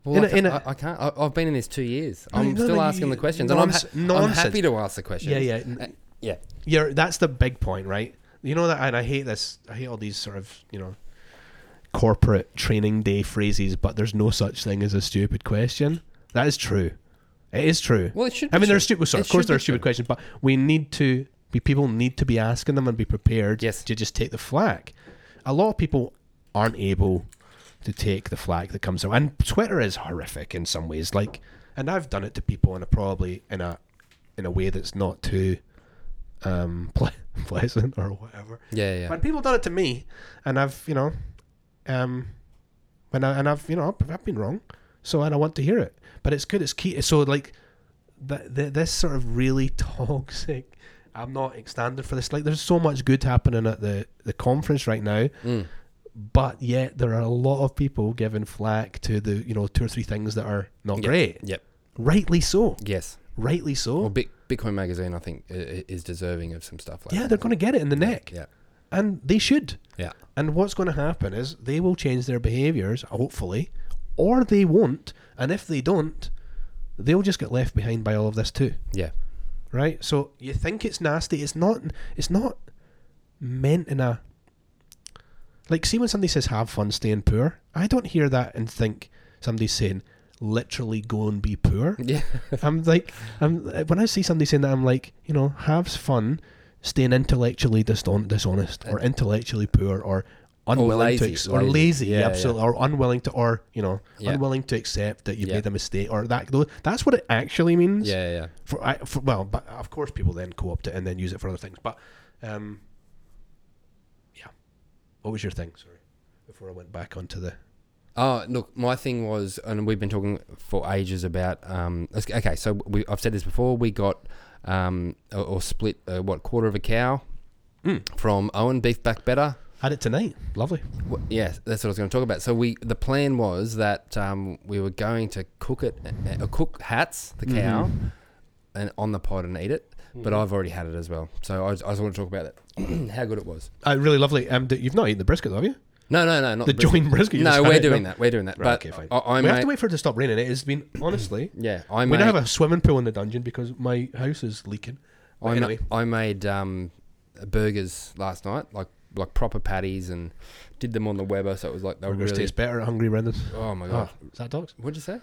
Speaker 2: Well,
Speaker 3: In
Speaker 2: I
Speaker 3: a-
Speaker 2: ca-
Speaker 3: in a-
Speaker 2: I, I can't. I, I've been in this two years.
Speaker 3: No,
Speaker 2: I'm
Speaker 3: no,
Speaker 2: still
Speaker 3: no,
Speaker 2: asking
Speaker 3: you-
Speaker 2: the questions,
Speaker 3: nonsense-
Speaker 2: and I'm, ha- I'm
Speaker 3: nonsense.
Speaker 2: happy to ask the questions.
Speaker 3: Yeah, yeah.
Speaker 2: Uh, yeah.
Speaker 3: Yeah, that's the big point, right? You know that, and I hate this. I hate all these sort of you know corporate training day phrases, but there's no such thing as a stupid question. That is true. It is true.
Speaker 2: Well, it should.
Speaker 3: I
Speaker 2: be
Speaker 3: mean, there are
Speaker 2: true.
Speaker 3: stupid. Sorry,
Speaker 2: It
Speaker 3: of course,
Speaker 2: should
Speaker 3: there
Speaker 2: be
Speaker 3: are stupid
Speaker 2: true.
Speaker 3: questions, but we need to be. People need to be asking them and be prepared
Speaker 2: Yes.
Speaker 3: to just take the flak. A lot of people aren't able to take the flak that comes out, and Twitter is horrific in some ways. Like, and I've done it to people, and probably in a in a way that's not too um, [LAUGHS] ple- pleasant or whatever.
Speaker 2: Yeah, yeah.
Speaker 3: But people done it to me, and I've you know, um, when I and I've you know I've, I've been wrong, so and I want to hear it. But it's good. It's key. So like, th th this sort of really [LAUGHS] toxic. I'm not standing for this. Like, there's so much good happening at the the conference right now. But yet, there are a lot of people giving flack to the you know two or three things that are not
Speaker 2: Yep.
Speaker 3: great.
Speaker 2: Yep.
Speaker 3: Rightly so.
Speaker 2: Yes.
Speaker 3: Rightly so.
Speaker 2: Well, Bit- Bitcoin Magazine, I think, i- i- is deserving of some stuff like
Speaker 3: yeah,
Speaker 2: that.
Speaker 3: they're going to get it in the neck,
Speaker 2: Yeah.
Speaker 3: and they should.
Speaker 2: Yeah.
Speaker 3: And what's going to happen is they will change their behaviours, hopefully, or they won't. And if they don't, they'll just get left behind by all of this too,
Speaker 2: Yeah. [LAUGHS]
Speaker 3: right? So you think it's nasty? It's not. It's not meant in a like. See when somebody says "have fun staying poor," I don't hear that and think somebody's saying literally go and be poor.
Speaker 2: Yeah.
Speaker 3: I'm like, I'm when I see somebody saying that, I'm like, you know, have fun staying intellectually dishon- dishonest or intellectually poor or unwilling to
Speaker 2: Oh, lazy,
Speaker 3: ex- or
Speaker 2: lazy.
Speaker 3: lazy,
Speaker 2: Yeah,
Speaker 3: absolutely, or unwilling to or you know,
Speaker 2: Yeah.
Speaker 3: unwilling to accept that you've
Speaker 2: Yeah.
Speaker 3: made a mistake or that. tho- That's what it actually means.
Speaker 2: Yeah. Yeah.
Speaker 3: For, I, for well, but of course, people then co-opt it and then use it for other things. But um, yeah, what was your thing? Sorry, before I went back onto the
Speaker 2: Oh, look, my thing was, and we've been talking for ages about. Um, let's- okay, so we, I've said this before. We got um, or, or split uh, what quarter of a cow
Speaker 3: Hmm.
Speaker 2: from Owen Beef Back Better.
Speaker 3: had it tonight. Lovely.
Speaker 2: Well, yes, that's what I was going to talk about. So we, the plan was that um, we were going to cook it, uh, cook hats,
Speaker 3: Mm-hmm.
Speaker 2: the cow, and on the pod and eat it.
Speaker 3: Hmm.
Speaker 2: But I've already had it as well, so I, just- I just want to talk about it, [CLEARS THROAT] how good it was.
Speaker 3: Uh, really lovely. Um, d- you've not eaten the brisket, have you?
Speaker 2: No, no, no, not
Speaker 3: The
Speaker 2: brisket.
Speaker 3: joint brisket. you
Speaker 2: No,
Speaker 3: just
Speaker 2: we're
Speaker 3: had it,
Speaker 2: doing
Speaker 3: no?
Speaker 2: that. We're doing that.
Speaker 3: Right,
Speaker 2: but
Speaker 3: okay, fine.
Speaker 2: I, I
Speaker 3: we have
Speaker 2: made-
Speaker 3: to wait for it to stop raining. It has been honestly.
Speaker 2: Yeah, I
Speaker 3: we
Speaker 2: made.
Speaker 3: don't have a swimming pool in the dungeon because my house is leaking. But
Speaker 2: I, ma-
Speaker 3: anyway,
Speaker 2: I made um, burgers last night, like like proper patties, and did them on the Weber, so it was like they were
Speaker 3: burgers
Speaker 2: really.
Speaker 3: taste better at Hungry Brendan.
Speaker 2: Oh my
Speaker 3: Oh,
Speaker 2: god!
Speaker 3: is that dogs?
Speaker 2: What'd you say?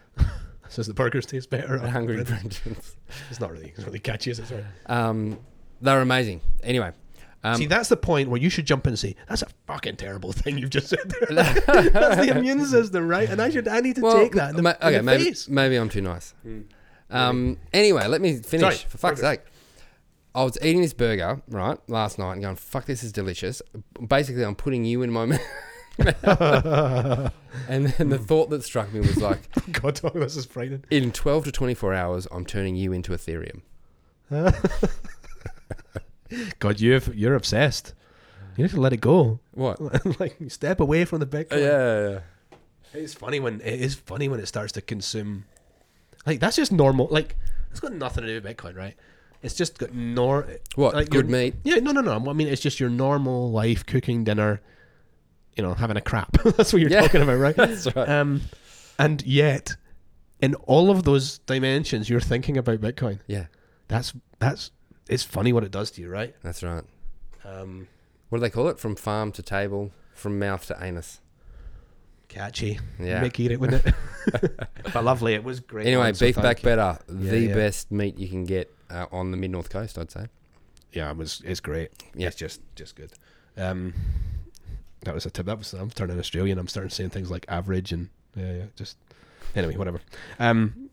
Speaker 3: Says the burgers taste better at Hungry
Speaker 2: Hungry
Speaker 3: Brendan.
Speaker 2: Brendan's.
Speaker 3: It's not really, it's really catchy, is it? Sorry.
Speaker 2: Um, they're amazing. Anyway, um,
Speaker 3: See, that's the point where you should jump in and say, "That's a fucking terrible thing you've just said
Speaker 2: [LAUGHS]
Speaker 3: there." that's the immune system, right? And I should, I need to take that in the,
Speaker 2: ma-
Speaker 3: in the
Speaker 2: maybe
Speaker 3: face. [LAUGHS]
Speaker 2: maybe I'm too nice. Um, anyway, let me finish.
Speaker 3: Sorry,
Speaker 2: for fuck's sake, I was eating this burger right last night and going, "Fuck, this is delicious." Basically, I'm putting you in my [LAUGHS]
Speaker 3: [LAUGHS]
Speaker 2: mouth. and then the thought that struck me was like,
Speaker 3: God, dog, this is frightening.
Speaker 2: in 12 to 24 hours, I'm turning you into Ethereum.
Speaker 3: God, you've, you're obsessed. You have to let it go. [LAUGHS]
Speaker 2: What?
Speaker 3: like, step away from the big.
Speaker 2: Oh, Uh, yeah, yeah.
Speaker 3: It's funny when it is funny when it starts to consume. Like that's just normal. Like it's got nothing to do with Bitcoin, right? It's just got nor
Speaker 2: What,
Speaker 3: like
Speaker 2: good
Speaker 3: your-
Speaker 2: meat?
Speaker 3: Yeah, no, no, no. I mean, it's just your normal life cooking dinner. You know, having a crap. [LAUGHS] that's what you're
Speaker 2: Yeah,
Speaker 3: talking about,
Speaker 2: [LAUGHS]
Speaker 3: right?
Speaker 2: that's right.
Speaker 3: Um, and yet, in all of those dimensions, you're thinking about Bitcoin.
Speaker 2: Yeah,
Speaker 3: That's that's. It's funny what it does to you, right?
Speaker 2: that's right.
Speaker 3: Um,
Speaker 2: What do they call it? From farm to table, from mouth to anus.
Speaker 3: catchy.
Speaker 2: Yeah.
Speaker 3: Mickey eat it with it.
Speaker 2: [LAUGHS]
Speaker 3: [LAUGHS] but lovely. It was great.
Speaker 2: Anyway,
Speaker 3: man, so
Speaker 2: beef
Speaker 3: thank
Speaker 2: back
Speaker 3: you.
Speaker 2: better.
Speaker 3: Yeah,
Speaker 2: the
Speaker 3: yeah.
Speaker 2: best meat you can get uh, on the mid north coast, I'd say.
Speaker 3: yeah, it was it's great.
Speaker 2: Yeah.
Speaker 3: It's just just good. Um, that was a tip. That was I'm turning Australian. I'm starting saying things like average and yeah, yeah, just Anyway, whatever. Um,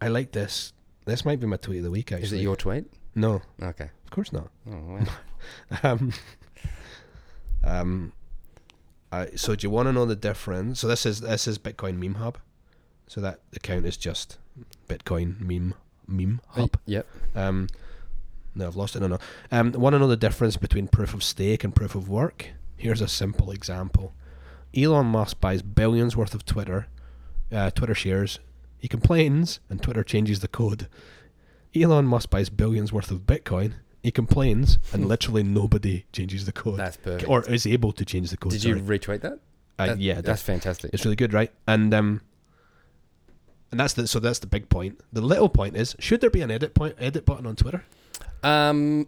Speaker 3: I like this. This might be my tweet of the week. Actually,
Speaker 2: Is it your tweet?
Speaker 3: No, [LAUGHS]
Speaker 2: Okay.
Speaker 3: of course not.
Speaker 2: Oh, wow.
Speaker 3: Um, um, I, so do you want to know the difference? So this is this is Bitcoin Meme Hub. So that account is just Bitcoin Meme Meme Hub.
Speaker 2: Yep.
Speaker 3: Um, no, I've lost it. No, no. Um, want to know the difference between proof of stake and proof of work? Here's a simple example. Elon Musk buys billions worth of Twitter, uh, Twitter shares. He complains, and Twitter changes the code. Elon Musk buys billions worth of Bitcoin. He complains,
Speaker 2: [LAUGHS]
Speaker 3: and literally nobody changes the code.
Speaker 2: That's perfect.
Speaker 3: Or is able to change the code.
Speaker 2: Did
Speaker 3: sorry.
Speaker 2: you retweet that?
Speaker 3: Uh,
Speaker 2: That-
Speaker 3: yeah, I did.
Speaker 2: That's fantastic.
Speaker 3: It's really good, right? And um, and that's the so that's the big point. The little point is, should there be an edit point edit button on Twitter?
Speaker 2: Um,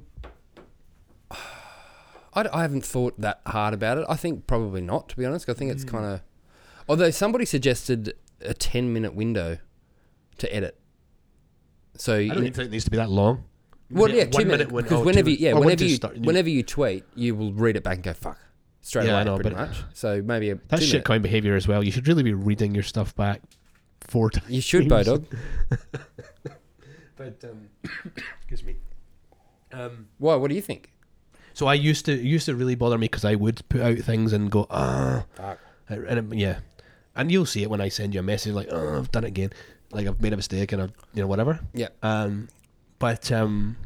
Speaker 2: [SIGHS] I, I haven't thought that hard about it. I think probably not, to be honest. I think
Speaker 3: Hmm.
Speaker 2: it's kind of. Although somebody suggested a 10 minute window to edit. So,
Speaker 3: I don't
Speaker 2: you-
Speaker 3: even think it needs to be that long.
Speaker 2: well, yeah,
Speaker 3: one
Speaker 2: two minutes.
Speaker 3: minute win- oh,
Speaker 2: Because
Speaker 3: two
Speaker 2: whenever, you,
Speaker 3: minutes.
Speaker 2: yeah,
Speaker 3: Or once
Speaker 2: whenever
Speaker 3: you
Speaker 2: you,
Speaker 3: start-
Speaker 2: whenever you tweet, you will read it back and go fuck straight
Speaker 3: Yeah, I
Speaker 2: away,
Speaker 3: know,
Speaker 2: pretty
Speaker 3: but-
Speaker 2: much. So maybe a
Speaker 3: That's
Speaker 2: two minute-
Speaker 3: shitcoin behavior as well. You should really be reading your stuff back four times.
Speaker 2: You should, bow dog.
Speaker 3: But um, [COUGHS] excuse me. Um,
Speaker 2: Why? What do you think?
Speaker 3: so I used to it used to really bother me because I would put out things and go ah,
Speaker 2: Fuck.
Speaker 3: and it, yeah, and you'll see it when I send you a message like oh I've done it again, like I've made a mistake and I you know whatever.
Speaker 2: Yeah.
Speaker 3: Um, but um,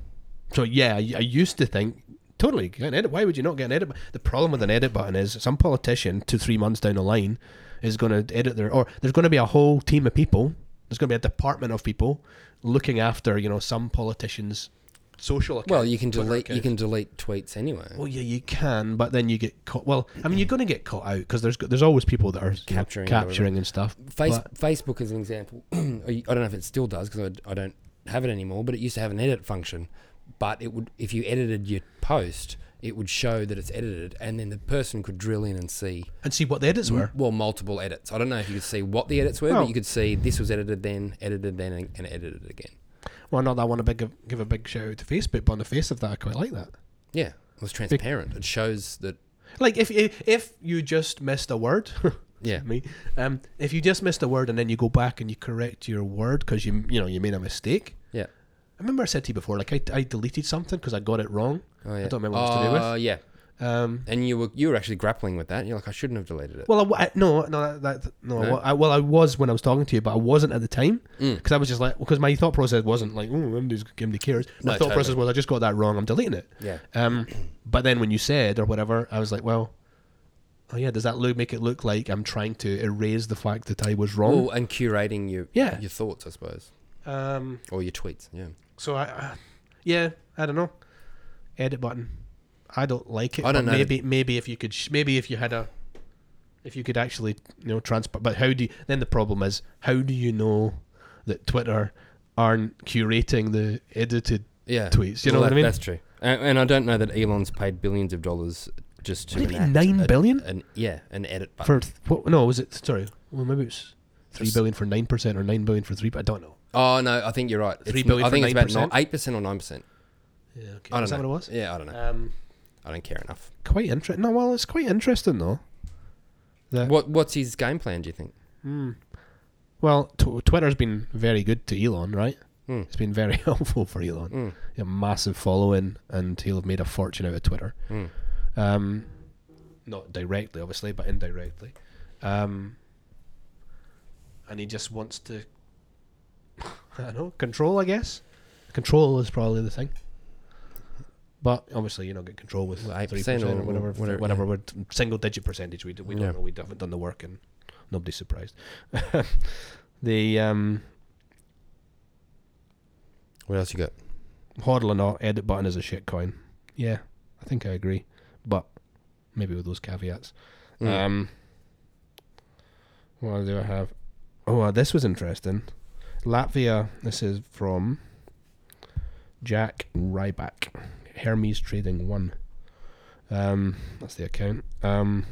Speaker 3: so yeah, I, I used to think totally get an edit. Why would you not get an edit? bu- The problem with an edit button is some politician two three months down the line is going to edit their or there's going to be a whole team of people. There's going to be a department of people looking after you know some politicians' social. Account,
Speaker 2: Well, you can delete.
Speaker 3: Twitter
Speaker 2: You
Speaker 3: account.
Speaker 2: can delete tweets anyway.
Speaker 3: Well, yeah, you can, but then you get caught. Well, I mean, you're going to get caught out because there's there's always people that are you know,
Speaker 2: Capturing and whatever.
Speaker 3: capturing and stuff.
Speaker 2: Face,
Speaker 3: but-
Speaker 2: Facebook is an example. [CLEARS THROAT] I don't know if it still does because I, I don't have it anymore. But it used to have an edit function. But it would, if you edited your post, it would show that it's edited, and then the person could drill in and see
Speaker 3: and see what the edits were.
Speaker 2: well multiple edits. I don't know if you could see what the edits were,
Speaker 3: Oh.
Speaker 2: but you could see this was edited then, edited then, and, and edited again.
Speaker 3: Well, not that I want to big, give a big shout out to Facebook, but on the face of that, I quite like that.
Speaker 2: Yeah, it was transparent. It shows that.
Speaker 3: Like if if, if you just missed a word, [LAUGHS]
Speaker 2: Yeah.
Speaker 3: me. Um, if you just missed a word and then you go back and you correct your word because you you know you made a mistake.
Speaker 2: Yeah.
Speaker 3: I remember I said to you before, like I, I deleted something because I got it wrong.
Speaker 2: Oh, yeah.
Speaker 3: I don't remember what it was to do with.
Speaker 2: Oh, yeah.
Speaker 3: Um,
Speaker 2: And you were you were actually grappling with that. And you're like, I shouldn't have deleted it.
Speaker 3: well, I w I no, no, that, that no.
Speaker 2: No? Mm.
Speaker 3: I, well, I was when I was talking to you, but I wasn't at the time because I was just like, because my thought process wasn't like, oh, MD's MD cares. My
Speaker 2: No,
Speaker 3: thought
Speaker 2: totally.
Speaker 3: process was, I just got that wrong. I'm deleting it.
Speaker 2: yeah.
Speaker 3: Um, but then when you said or whatever, I was like, well, oh yeah, does that look make it look like I'm trying to erase the fact that I was wrong?
Speaker 2: Well, and curating your
Speaker 3: Yeah.
Speaker 2: your thoughts, I suppose,
Speaker 3: Um,
Speaker 2: or your tweets. Yeah.
Speaker 3: so I, I, yeah, I don't know. Edit button. I don't like it.
Speaker 2: I don't
Speaker 3: but
Speaker 2: know.
Speaker 3: Maybe maybe if you could sh- maybe if you had a if you could actually you know transport. But how do you, then the problem is how do you know that Twitter aren't curating the edited
Speaker 2: Yeah.
Speaker 3: tweets? You know
Speaker 2: Well,
Speaker 3: what
Speaker 2: that-
Speaker 3: I mean?
Speaker 2: That's true. And, and I don't know that Elon's paid billions of dollars just to
Speaker 3: What do you
Speaker 2: enact
Speaker 3: mean, nine
Speaker 2: a-
Speaker 3: billion?
Speaker 2: an- yeah, an edit button.
Speaker 3: for th- what, no was it sorry well maybe it's three
Speaker 2: Just-
Speaker 3: billion for nine percent or nine billion for three but I don't know
Speaker 2: oh no, I think you're right. It's
Speaker 3: Three
Speaker 2: n-
Speaker 3: billion
Speaker 2: I think
Speaker 3: for
Speaker 2: it's
Speaker 3: 9%?
Speaker 2: about eight percent or nine percent.
Speaker 3: yeah okay
Speaker 2: I don't
Speaker 3: is
Speaker 2: know
Speaker 3: that what it was
Speaker 2: Yeah, I don't know.
Speaker 3: um
Speaker 2: I don't care enough.
Speaker 3: quite interesting no well it's quite interesting though that
Speaker 2: What What's his game plan? Do you think?
Speaker 3: Hmm. well tw Twitter's been very good to Elon right
Speaker 2: Hmm.
Speaker 3: it's been very [LAUGHS] helpful for Elon
Speaker 2: Mm.
Speaker 3: a massive following and he'll have made a fortune out of Twitter
Speaker 2: Mm.
Speaker 3: um not directly obviously but indirectly um and he just wants to [LAUGHS] I don't know control I guess control is probably the thing but obviously you don't get control with
Speaker 2: Well, 8%
Speaker 3: three percent or
Speaker 2: or whatever,
Speaker 3: whatever whatever, whatever we're- single digit percentage we, d- we don't
Speaker 2: Yeah.
Speaker 3: know we haven't done the work and nobody's surprised [LAUGHS] the um
Speaker 2: What else you got?
Speaker 3: hodl or not edit button is a shit coin yeah I think I agree but maybe with those caveats
Speaker 2: Mm.
Speaker 3: Um, what do I have? Oh, uh, this was interesting. Latvia. This is from Jack Ryback. Hermes Trading One. Um, that's the account. Um,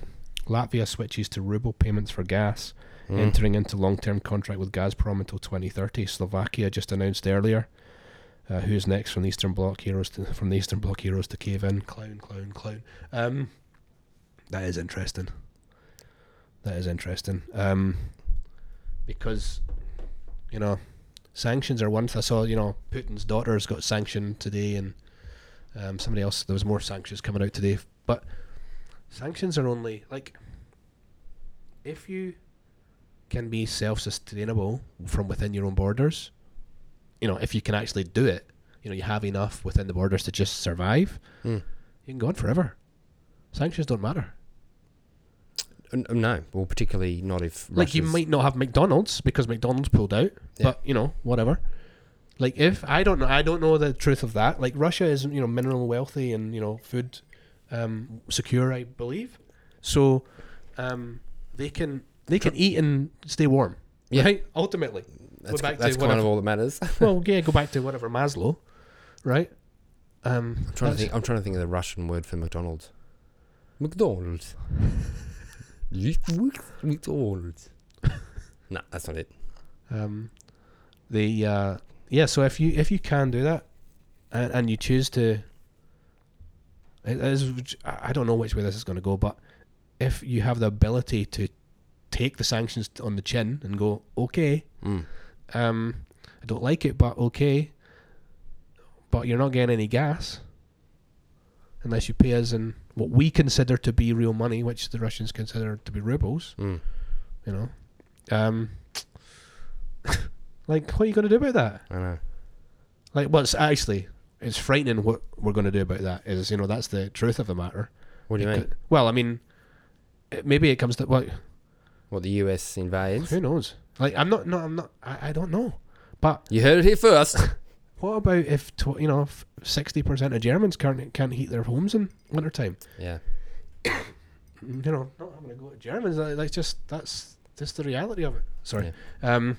Speaker 3: Latvia switches to ruble payments for gas,
Speaker 2: Mm.
Speaker 3: entering into long-term contract with Gazprom until 2030. Slovakia just announced earlier. Uh, who's next from the Eastern Bloc heroes to, from the Eastern Bloc heroes to cave in? Clown, clown, clown. Um, that is interesting. That is interesting. Um, because you know sanctions are one. th- I saw you know Putin's daughter's got sanctioned today, and um, somebody else. There was more sanctions coming out today, but sanctions are only like if you can be self-sustainable from within your own borders. You know, if you can actually do it, you know, you have enough within the borders to just survive. You can go on forever. Sanctions don't matter.
Speaker 2: N- no, well, particularly not if
Speaker 3: Like you
Speaker 2: Russia's-
Speaker 3: might not have McDonald's because McDonald's pulled out, but you know whatever. Like if I don't know, I don't know the truth of that. Like Russia is you know mineral wealthy and you know food um, secure, I believe. So um, they can they can eat and stay warm.
Speaker 2: Yeah.
Speaker 3: Right.
Speaker 2: [LAUGHS]
Speaker 3: Ultimately,
Speaker 2: That's,
Speaker 3: go back
Speaker 2: that's
Speaker 3: to
Speaker 2: kind
Speaker 3: whatever.
Speaker 2: of all that
Speaker 3: [LAUGHS]
Speaker 2: matters. I'm
Speaker 3: well, yeah. Go back to whatever Maslow, right? Um,
Speaker 2: trying to
Speaker 3: that's-
Speaker 2: think. I'm trying to think of the Russian word for McDonald's.
Speaker 3: [LAUGHS]
Speaker 2: McDonald's. McDonald's. no, that's not it.
Speaker 3: um, the uh, yeah so if you if you can do that and, and you choose to it is, i I don't know which way this is going to go but if you have the ability to take the sanctions on the chin and go okay
Speaker 2: Hmm.
Speaker 3: um, i don't like it but okay but you're not getting any gas unless you pay us in what we consider to be real money which the russians consider to be rubles
Speaker 2: Mm.
Speaker 3: you know um, [LAUGHS] like what are you going to do about that
Speaker 2: I know.
Speaker 3: like what's actually it's frightening what we're going to do about that is you know that's the truth of the matter
Speaker 2: What do you
Speaker 3: It
Speaker 2: mean?
Speaker 3: could- well i mean it, maybe it comes to well
Speaker 2: What the US invades?
Speaker 3: who knows like i'm not no i'm not i, I don't know but
Speaker 2: You heard it here
Speaker 3: [LAUGHS]
Speaker 2: first.
Speaker 3: what about if tw- you know if 60% of germans can't can't heat their homes in wintertime
Speaker 2: yeah.
Speaker 3: you know not having to go to germans uh, like, like just that's just the reality of it sorry um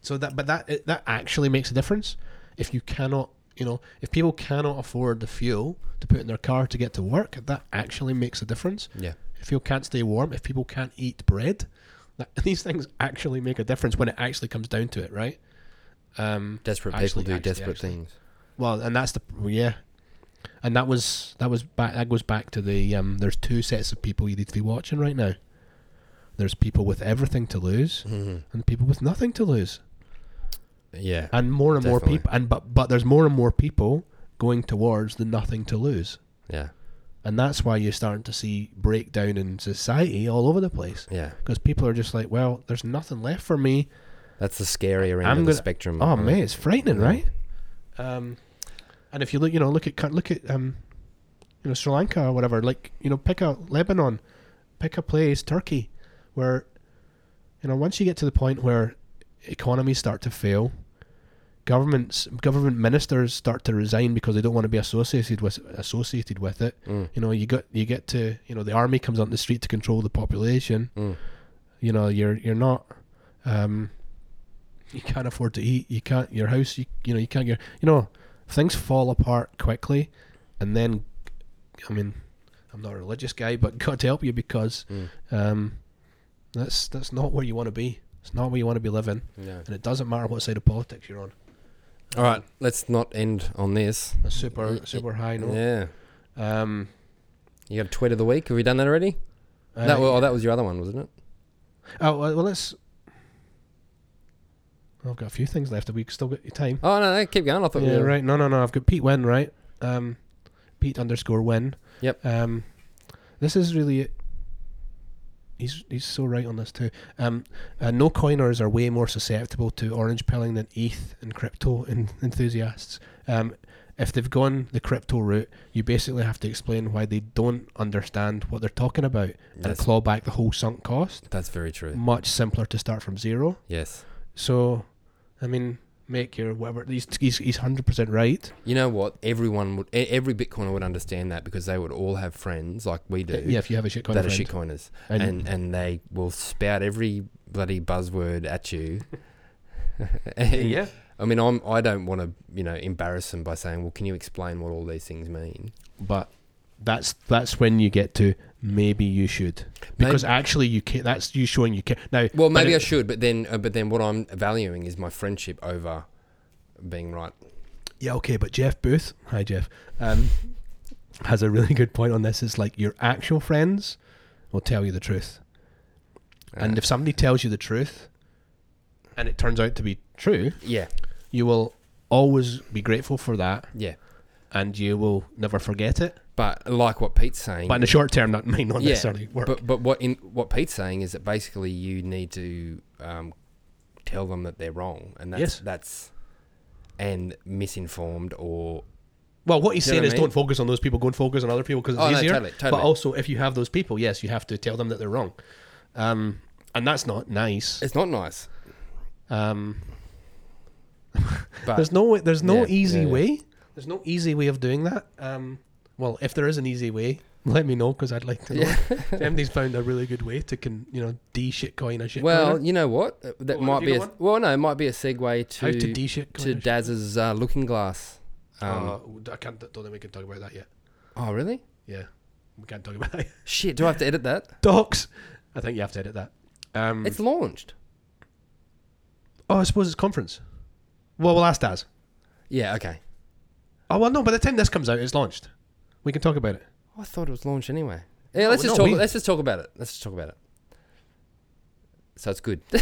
Speaker 3: so that but that it, that actually makes a difference if you cannot you know if people cannot afford the fuel to put in their car to get to work that actually makes a difference
Speaker 2: Yeah.
Speaker 3: if people can't stay warm if people can't eat bread that, [LAUGHS] these things actually make a difference when it actually comes down to it right um
Speaker 2: Desperate
Speaker 3: Actually,
Speaker 2: people do
Speaker 3: actually,
Speaker 2: desperate
Speaker 3: actually.
Speaker 2: things.
Speaker 3: well and that's the well, yeah and that was that was back that goes back to the um there's two sets of people you need to be watching right now there's people with everything to lose
Speaker 2: Mm-hmm.
Speaker 3: and people with nothing to lose
Speaker 2: Yeah.
Speaker 3: and more and more
Speaker 2: Definitely.
Speaker 3: people and but but there's more and more people going towards the nothing to lose
Speaker 2: yeah.
Speaker 3: and that's why you're starting to see breakdown in society all over the place
Speaker 2: Yeah.
Speaker 3: because people are just like well there's nothing left for me
Speaker 2: That's the scarier end
Speaker 3: I'm
Speaker 2: of the
Speaker 3: gonna-
Speaker 2: spectrum.
Speaker 3: Oh
Speaker 2: I
Speaker 3: man,
Speaker 2: mean,
Speaker 3: it's frightening, right? Um, and if you look, you know, look at look at um, you know, Sri Lanka or whatever. Like you know, pick a Lebanon, pick a place, Turkey, where you know once you get to the point where economies start to fail, governments, government ministers start to resign because they don't want to be associated with associated with it. You know, you got you get to you know the army comes on the street to control the population. You know, you're you're not. Um, you can't afford to eat. You can't your house. You you know you can't get you know things fall apart quickly, and then I mean I'm not a religious guy, but [LAUGHS] God help you because
Speaker 2: Mm.
Speaker 3: um, that's that's not where you want to be. It's not where you want to be living,
Speaker 2: No.
Speaker 3: and it doesn't matter what side of politics you're on.
Speaker 2: All right, let's not end on this.
Speaker 3: A super super high note.
Speaker 2: Mm. Yeah.
Speaker 3: Um,
Speaker 2: You got a tweet of the week? Have we done that already?
Speaker 3: uh,
Speaker 2: that, well, oh, that was your other one, wasn't it?
Speaker 3: oh well, well, let's. I've got a few things left. Have we still got time?
Speaker 2: Oh, no, no, keep going. I thought we
Speaker 3: yeah,
Speaker 2: were-
Speaker 3: right. No, no, no. I've got Pete Wynn, right? Um, Pete underscore Wynn.
Speaker 2: Yep.
Speaker 3: Um, this is really. He's he's so right on this too. Um, uh, no coiners are way more susceptible to orange pilling than ETH and crypto en- enthusiasts. Um, if they've gone the crypto route, you basically have to explain why they don't understand what they're talking about and
Speaker 2: That's-
Speaker 3: claw back the whole sunk cost.
Speaker 2: That's very true.
Speaker 3: Much simpler to start from zero.
Speaker 2: Yes.
Speaker 3: So, I mean, make your whatever. He's he's he's hundred percent right.
Speaker 2: You know what? Everyone would, e- every Bitcoiner would understand that because they would all have friends like we do.
Speaker 3: Yeah, if you have a shitcoin
Speaker 2: that
Speaker 3: friend.
Speaker 2: are shitcoiners,
Speaker 3: And-
Speaker 2: and, and they will spout every bloody buzzword at you. And,
Speaker 3: [LAUGHS] Yeah.
Speaker 2: I mean, I'm I don't want to you know embarrass them by saying, well, can you explain what all these things mean?
Speaker 3: but that's that's when you get to maybe you should because actually you can That's you showing you can now.
Speaker 2: Well,
Speaker 3: but
Speaker 2: maybe I
Speaker 3: it-
Speaker 2: should, but then uh, but then what I'm valuing is my friendship over being right.
Speaker 3: Yeah, okay, but Jeff Booth, hi Jeff, um, has a really good point on this. It's like your actual friends will tell you the truth, and if somebody tells you the truth, and it turns out to be true,
Speaker 2: Yeah.
Speaker 3: you will always be grateful for that
Speaker 2: Yeah.
Speaker 3: and you will never forget it.
Speaker 2: But like what Pete's saying,
Speaker 3: But in the short term, that might not
Speaker 2: yeah,
Speaker 3: necessarily work.
Speaker 2: But but what in what Pete's saying is that basically you need to um, tell them that they're wrong, and that's
Speaker 3: Yes.
Speaker 2: that's and misinformed or
Speaker 3: well, what he's
Speaker 2: You know
Speaker 3: saying
Speaker 2: what
Speaker 3: is
Speaker 2: I mean?
Speaker 3: don't focus on those people, go and focus on other people because it's
Speaker 2: Oh, no,
Speaker 3: easier.
Speaker 2: totally, totally.
Speaker 3: But also, if you have those people, yes, you have to tell them that they're wrong. Um, and that's not nice.
Speaker 2: it's not nice.
Speaker 3: Um,
Speaker 2: But
Speaker 3: [LAUGHS] there's no there's no
Speaker 2: Yeah,
Speaker 3: easy
Speaker 2: yeah, yeah.
Speaker 3: way. There's no easy way of doing that. Um, well, if there is an easy way, [LAUGHS] let me know because I'd like to know.
Speaker 2: Yeah.
Speaker 3: Somebody's found a really good way to can you know de shitcoin a shit.
Speaker 2: well, you know what? Uh, That
Speaker 3: Oh,
Speaker 2: might
Speaker 3: have you
Speaker 2: be a,
Speaker 3: got
Speaker 2: well, no, it might be a segue to
Speaker 3: how Oh, to de shitcoin?
Speaker 2: to
Speaker 3: a shit-
Speaker 2: Daz's uh, Looking Glass. Um,
Speaker 3: Uh, I can't. Don't think we can talk about that yet.
Speaker 2: oh, really?
Speaker 3: Yeah, we can't talk about [LAUGHS] that. Yet.
Speaker 2: Shit, do I have to edit that?
Speaker 3: Docs. I think you have to edit that. Um,
Speaker 2: It's launched.
Speaker 3: oh, I suppose it's conference. Well, we'll ask Daz.
Speaker 2: Yeah, okay.
Speaker 3: Oh well, no. By the time this comes out, it's launched. We can talk about it.
Speaker 2: I thought it was launched anyway. Yeah, let's
Speaker 3: Oh, well,
Speaker 2: just
Speaker 3: no,
Speaker 2: talk.
Speaker 3: we-
Speaker 2: Let's just talk about it. Let's just talk about it. So it's good. [LAUGHS]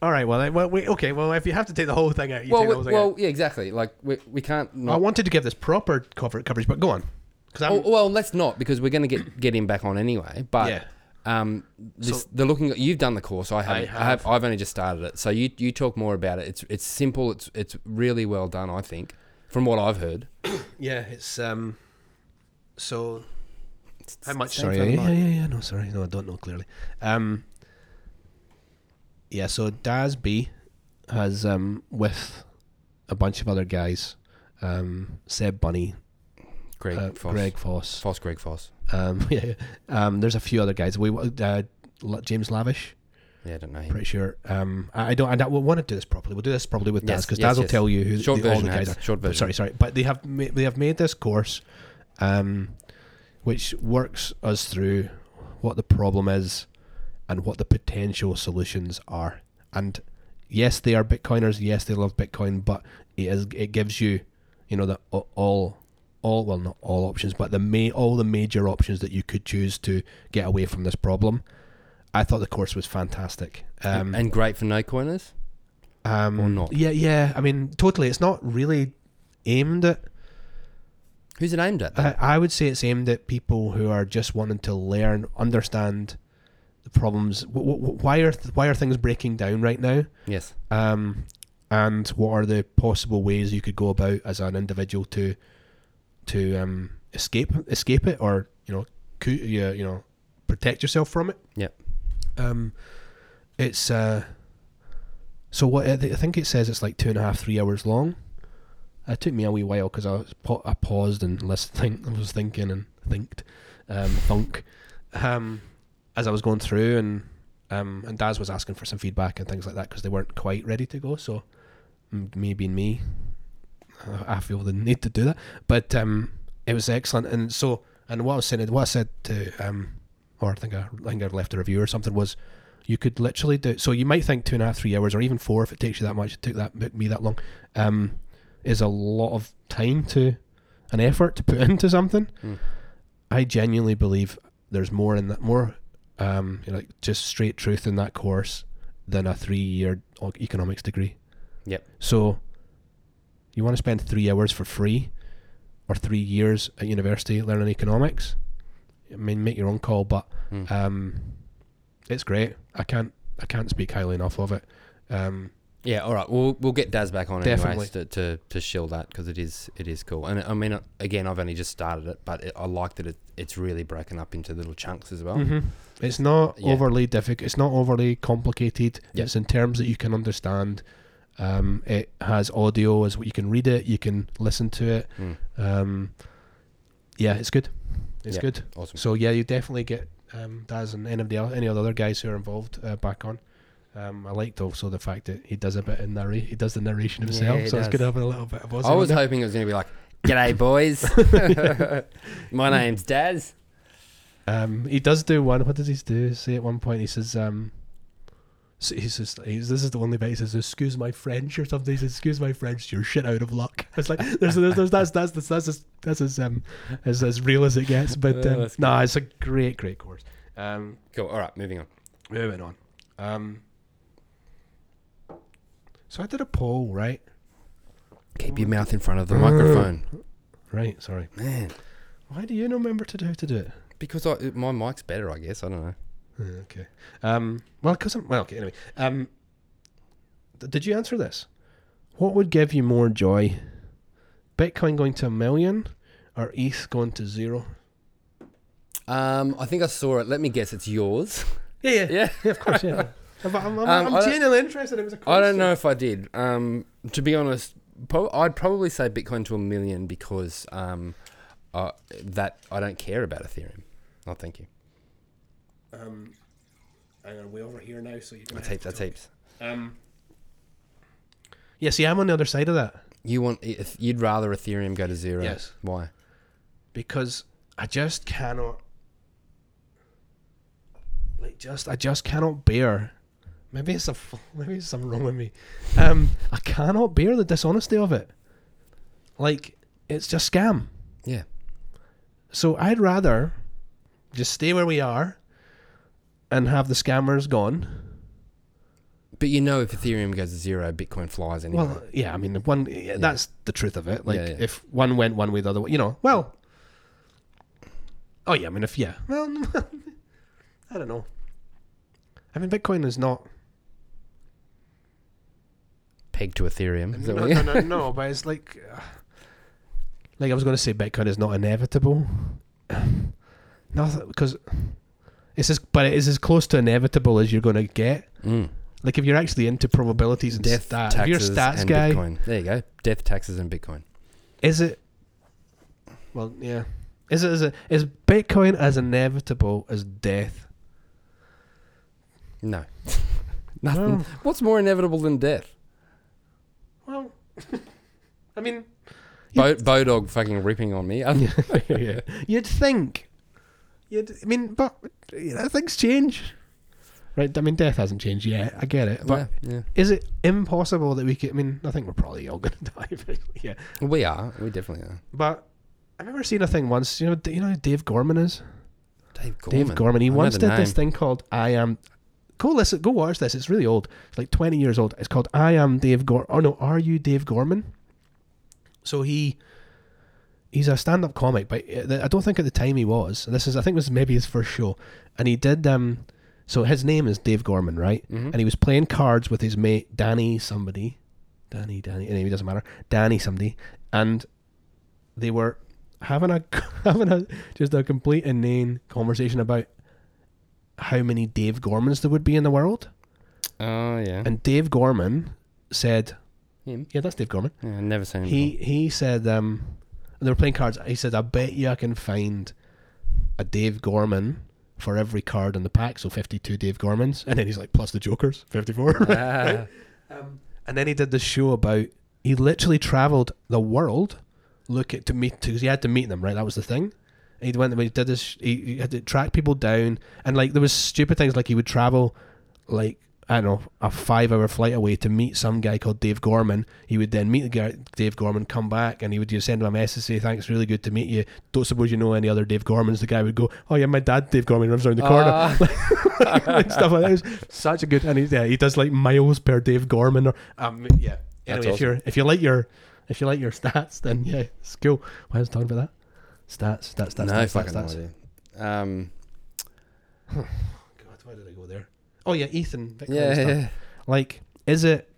Speaker 3: All right. Well, I, well, we, okay. Well, if you have to take the whole thing out, you
Speaker 2: well,
Speaker 3: take the
Speaker 2: we,
Speaker 3: whole thing out.
Speaker 2: well, yeah, exactly. Like we, we can't.
Speaker 3: I
Speaker 2: Not,
Speaker 3: wanted to give this proper cover- coverage, but go on. 'Cause I'm-
Speaker 2: oh, well, let's not because we're going to get get him back on anyway. But
Speaker 3: Yeah.
Speaker 2: um, this,
Speaker 3: So-
Speaker 2: the looking you've done the course. I haven't. I have. I
Speaker 3: have.
Speaker 2: have. I've only just started it. So you you talk more about it. It's it's simple. It's it's really well done. I think from what I've heard.
Speaker 3: yeah, it's um. So
Speaker 2: It's-
Speaker 3: how much?
Speaker 2: same
Speaker 3: Sorry.
Speaker 2: for the
Speaker 3: Yeah, yeah,
Speaker 2: mic.
Speaker 3: yeah. No, sorry. No, I don't know clearly. Um. Yeah. So Daz B has um with a bunch of other guys, um Seb Bunny,
Speaker 2: Greg
Speaker 3: uh,
Speaker 2: Foss.
Speaker 3: Greg Foss.
Speaker 2: Foss. Greg Foss.
Speaker 3: Um. [LAUGHS] Yeah. yeah. Um. There's a few other guys. We uh, La- James Lavish.
Speaker 2: Yeah, I don't know. Him.
Speaker 3: Pretty sure. Um, I I don't. I don't, we'll want to do this properly. We'll do this properly with Daz
Speaker 2: Yes,
Speaker 3: because
Speaker 2: yes,
Speaker 3: Daz will
Speaker 2: yes.
Speaker 3: tell you who
Speaker 2: Short
Speaker 3: the, all
Speaker 2: version,
Speaker 3: the guys
Speaker 2: Habs.
Speaker 3: are.
Speaker 2: Short
Speaker 3: But
Speaker 2: version.
Speaker 3: Sorry, sorry. But they have ma- they have made this course, um, which works us through what the problem is and what the potential solutions are. And yes, they are Bitcoiners. Yes, they love Bitcoin, but it is it gives you, you know, the a- all all well not all options, but the may all the major options that you could choose to get away from this problem. I thought the course was fantastic. Um,
Speaker 2: and great for no coiners.
Speaker 3: um,
Speaker 2: or not.
Speaker 3: Yeah, yeah. I mean, totally. It's not really aimed at.
Speaker 2: Who's it aimed at? Though?
Speaker 3: I, I would say it's aimed at people who are just wanting to learn, understand the problems. W- w- why are th- why are things breaking down right now?
Speaker 2: yes.
Speaker 3: Um, and what are the possible ways you could go about as an individual to to um, escape escape it, or you know, coo- yeah, you know, protect yourself from it?
Speaker 2: Yep.
Speaker 3: Um, it's uh, so what I thi- I think it says it's like two and a half, three hours long. It took me a wee while because I was pa- I paused and list think I was thinking and thinked, um, thunk, um, as I was going through and um, and Daz was asking for some feedback and things like that because they weren't quite ready to go. So m- me being me, I- I feel the need to do that. But um, it was excellent. And so and what I was saying, what I said to um, or I think I, I think I left a review or something was you could literally do so you might think two and a half three hours or even four if it takes you that much it took that me that long um, is a lot of time to an effort to put [LAUGHS] into something
Speaker 2: Mm.
Speaker 3: i genuinely believe there's more in that more um, you know, like just straight truth in that course than a three year economics degree
Speaker 2: Yep.
Speaker 3: so you want to spend three hours for free or three years at university learning economics i mean make your own call but
Speaker 2: Mm.
Speaker 3: um, it's great. I can't I can't speak highly enough of it. Um,
Speaker 2: Yeah, all right. We'll we'll get Daz back on
Speaker 3: Definitely.
Speaker 2: anyways to, to to shill that because it is it is cool. And I mean, again, I've only just started it, but it, I like that it, it's really broken up into little chunks as well.
Speaker 3: It's not
Speaker 2: Mm-hmm. Yeah.
Speaker 3: overly difficult. It's not overly complicated.
Speaker 2: Yeah.
Speaker 3: It's in terms that you can understand. Um, it has audio as well. You can read it. You can listen to it.
Speaker 2: Mm.
Speaker 3: Um, yeah, it's good. It's
Speaker 2: Yeah.
Speaker 3: good.
Speaker 2: Awesome.
Speaker 3: So yeah, you definitely get um, Daz and any of the oth- any of the other guys who are involved uh, back on. Um, I liked also the fact that he does a bit of narra- he does the narration
Speaker 2: Yeah,
Speaker 3: himself,
Speaker 2: he
Speaker 3: so it's
Speaker 2: does.
Speaker 3: good having a little bit of us.
Speaker 2: I
Speaker 3: on
Speaker 2: was
Speaker 3: there.
Speaker 2: hoping it was going to be like, "G'day, [LAUGHS] boys. My name's Daz."
Speaker 3: Um, he does do one. What does he do? Say at one point he says, um, s- he says, he says this is the only bit he says, "Excuse my French" or something. He says, "Excuse my French, you're shit out of luck." [LAUGHS] It's like there's, there's, there's that's that's that's that's as, that's as um as as real as it gets. But
Speaker 2: Oh,
Speaker 3: um,
Speaker 2: that's
Speaker 3: nah, it's a great great course. Um,
Speaker 2: Cool. All right, moving on.
Speaker 3: moving on. Um, So I did a poll, right?
Speaker 2: Keep your mouth in front of the microphone.
Speaker 3: Right, sorry.
Speaker 2: Mm. Man.
Speaker 3: Why do you not remember to do how to do it?
Speaker 2: Because I, my mic's better, I guess. I don't know.
Speaker 3: Uh, Okay. Um, well, because I'm well. Okay. Anyway, um, th- did you answer this? What would give you more joy? Bitcoin going to a million, or ETH going to zero?
Speaker 2: Um, I think I saw it. Let me guess. It's yours.
Speaker 3: Yeah, yeah,
Speaker 2: [LAUGHS] Yeah.
Speaker 3: of course, [LAUGHS] yeah. I'm, I'm, I'm,
Speaker 2: Um, I
Speaker 3: I'm
Speaker 2: don't-
Speaker 3: genuinely interested. It was a
Speaker 2: I
Speaker 3: question.
Speaker 2: don't know if I did. Um, to be honest, pro- I'd probably say Bitcoin to a million because um, uh, that I don't care about Ethereum. Oh, thank you.
Speaker 3: Hang on, we over here now, so you can.
Speaker 2: That's heaps. That's heaps.
Speaker 3: Um. Yeah. See, I'm on the other side of that
Speaker 2: You want? if- You'd rather Ethereum go to zero?
Speaker 3: Yes.
Speaker 2: Why?
Speaker 3: because I just cannot. Like, just I just cannot bear. Maybe it's a f- [LAUGHS] maybe it's something wrong with me. Um, I cannot bear the dishonesty of it. Like, it's just scam.
Speaker 2: Yeah.
Speaker 3: So I'd rather just stay where we are and have the scammers gone.
Speaker 2: But you know, if Ethereum goes to zero, Bitcoin flies anyway.
Speaker 3: Well, yeah, I mean, the one yeah, that's the truth of it. Like,
Speaker 2: Yeah, yeah.
Speaker 3: if one went one way, the other way, you know, well, oh yeah, I mean, if yeah, well, [LAUGHS] I don't know. I mean, Bitcoin is not.
Speaker 2: Pegged to Ethereum. Is that
Speaker 3: No,
Speaker 2: what you-
Speaker 3: no, [LAUGHS] no, no, but it's like, uh, like I was going to say, Bitcoin is not inevitable. [SIGHS] Nothing because it's as but it is as close to inevitable as you're going to get.
Speaker 2: [LAUGHS] Mm.
Speaker 3: Like if you're actually into probabilities and
Speaker 2: Death
Speaker 3: stats, if you're a
Speaker 2: taxes
Speaker 3: stats
Speaker 2: and
Speaker 3: guy,
Speaker 2: Bitcoin. There you go. Death taxes and Bitcoin.
Speaker 3: Is it? Well, yeah. Is it? Is it? Is Bitcoin as inevitable as death?
Speaker 2: No. [LAUGHS] Nothing.
Speaker 3: No.
Speaker 2: What's more inevitable than death?
Speaker 3: Well, [LAUGHS] I mean,
Speaker 2: Bo- Bodog fucking ripping on me. Um,
Speaker 3: [LAUGHS] yeah. You'd think. You'd. I mean, but you know, things change. Right. I mean, death hasn't changed yet. I get it. [LAUGHS] But
Speaker 2: yeah, yeah.
Speaker 3: is it impossible that we could? I mean, I think we're probably all going to [LAUGHS] die. eventually, yeah.
Speaker 2: We are. We definitely are.
Speaker 3: But I remember seeing a thing once. You know, you know, who Dave Gorman is.
Speaker 2: Dave Gorman.
Speaker 3: Dave Gorman. He
Speaker 2: I know
Speaker 3: once
Speaker 2: the
Speaker 3: did this
Speaker 2: name.
Speaker 3: thing called I Am. Go listen. Go watch this. It's really old. It's like twenty years old. It's called I Am Dave Gorman. Oh no, Are You Dave Gorman? So he he's a stand-up comic, but I don't think at the time he was. This is I think it was maybe his first show, and he did um. So his name is Dave Gorman, right? And he was playing cards with his mate Danny somebody, Danny Danny. Anyway, doesn't matter. Danny somebody, and they were having a [LAUGHS] having a just a complete inane conversation about how many Dave Gormans there would be in the world.
Speaker 2: Oh yeah.
Speaker 3: And Dave Gorman said,
Speaker 2: Him.
Speaker 3: "Yeah, that's Dave Gorman."
Speaker 2: Yeah, I've never seen him.
Speaker 3: He
Speaker 2: before.
Speaker 3: he said, um, they were playing cards. He said, "I bet you I can find a Dave Gorman." For every card in the pack, so fifty-two Dave Gormans, and then he's like, plus the Joker's fifty-four. [LAUGHS]
Speaker 2: Ah,
Speaker 3: Um, and then he did this show about he literally travelled the world, look at to meet because he had to meet them right. That was the thing. And he went. He did this. He, he had to track people down, and like there was stupid things like he would travel, like I don't know, a five-hour flight away to meet some guy called Dave Gorman. He would then meet the guy, Dave Gorman, come back, and he would just send him a message say, "Thanks, really good to meet you. Don't suppose you know any other Dave Gormans." The guy would go, "Oh yeah, my dad, Dave Gorman, lives around the corner."
Speaker 2: ah,
Speaker 3: and stuff [LAUGHS] like that. It was such a good, and he, yeah, he does like miles per Dave Gorman or um, yeah. Anyway, if
Speaker 2: awesome.
Speaker 3: you're if you like your if you like your stats, then yeah, it's cool. Why was I talking about that? Stats, stats, stats,
Speaker 2: no
Speaker 3: stats, stats,
Speaker 2: fucking
Speaker 3: stats.
Speaker 2: idea. Um.
Speaker 3: God, why did I go there? Oh yeah, Ethan. Bitcoin and
Speaker 2: Yeah,
Speaker 3: stuff.
Speaker 2: yeah.
Speaker 3: Like, is it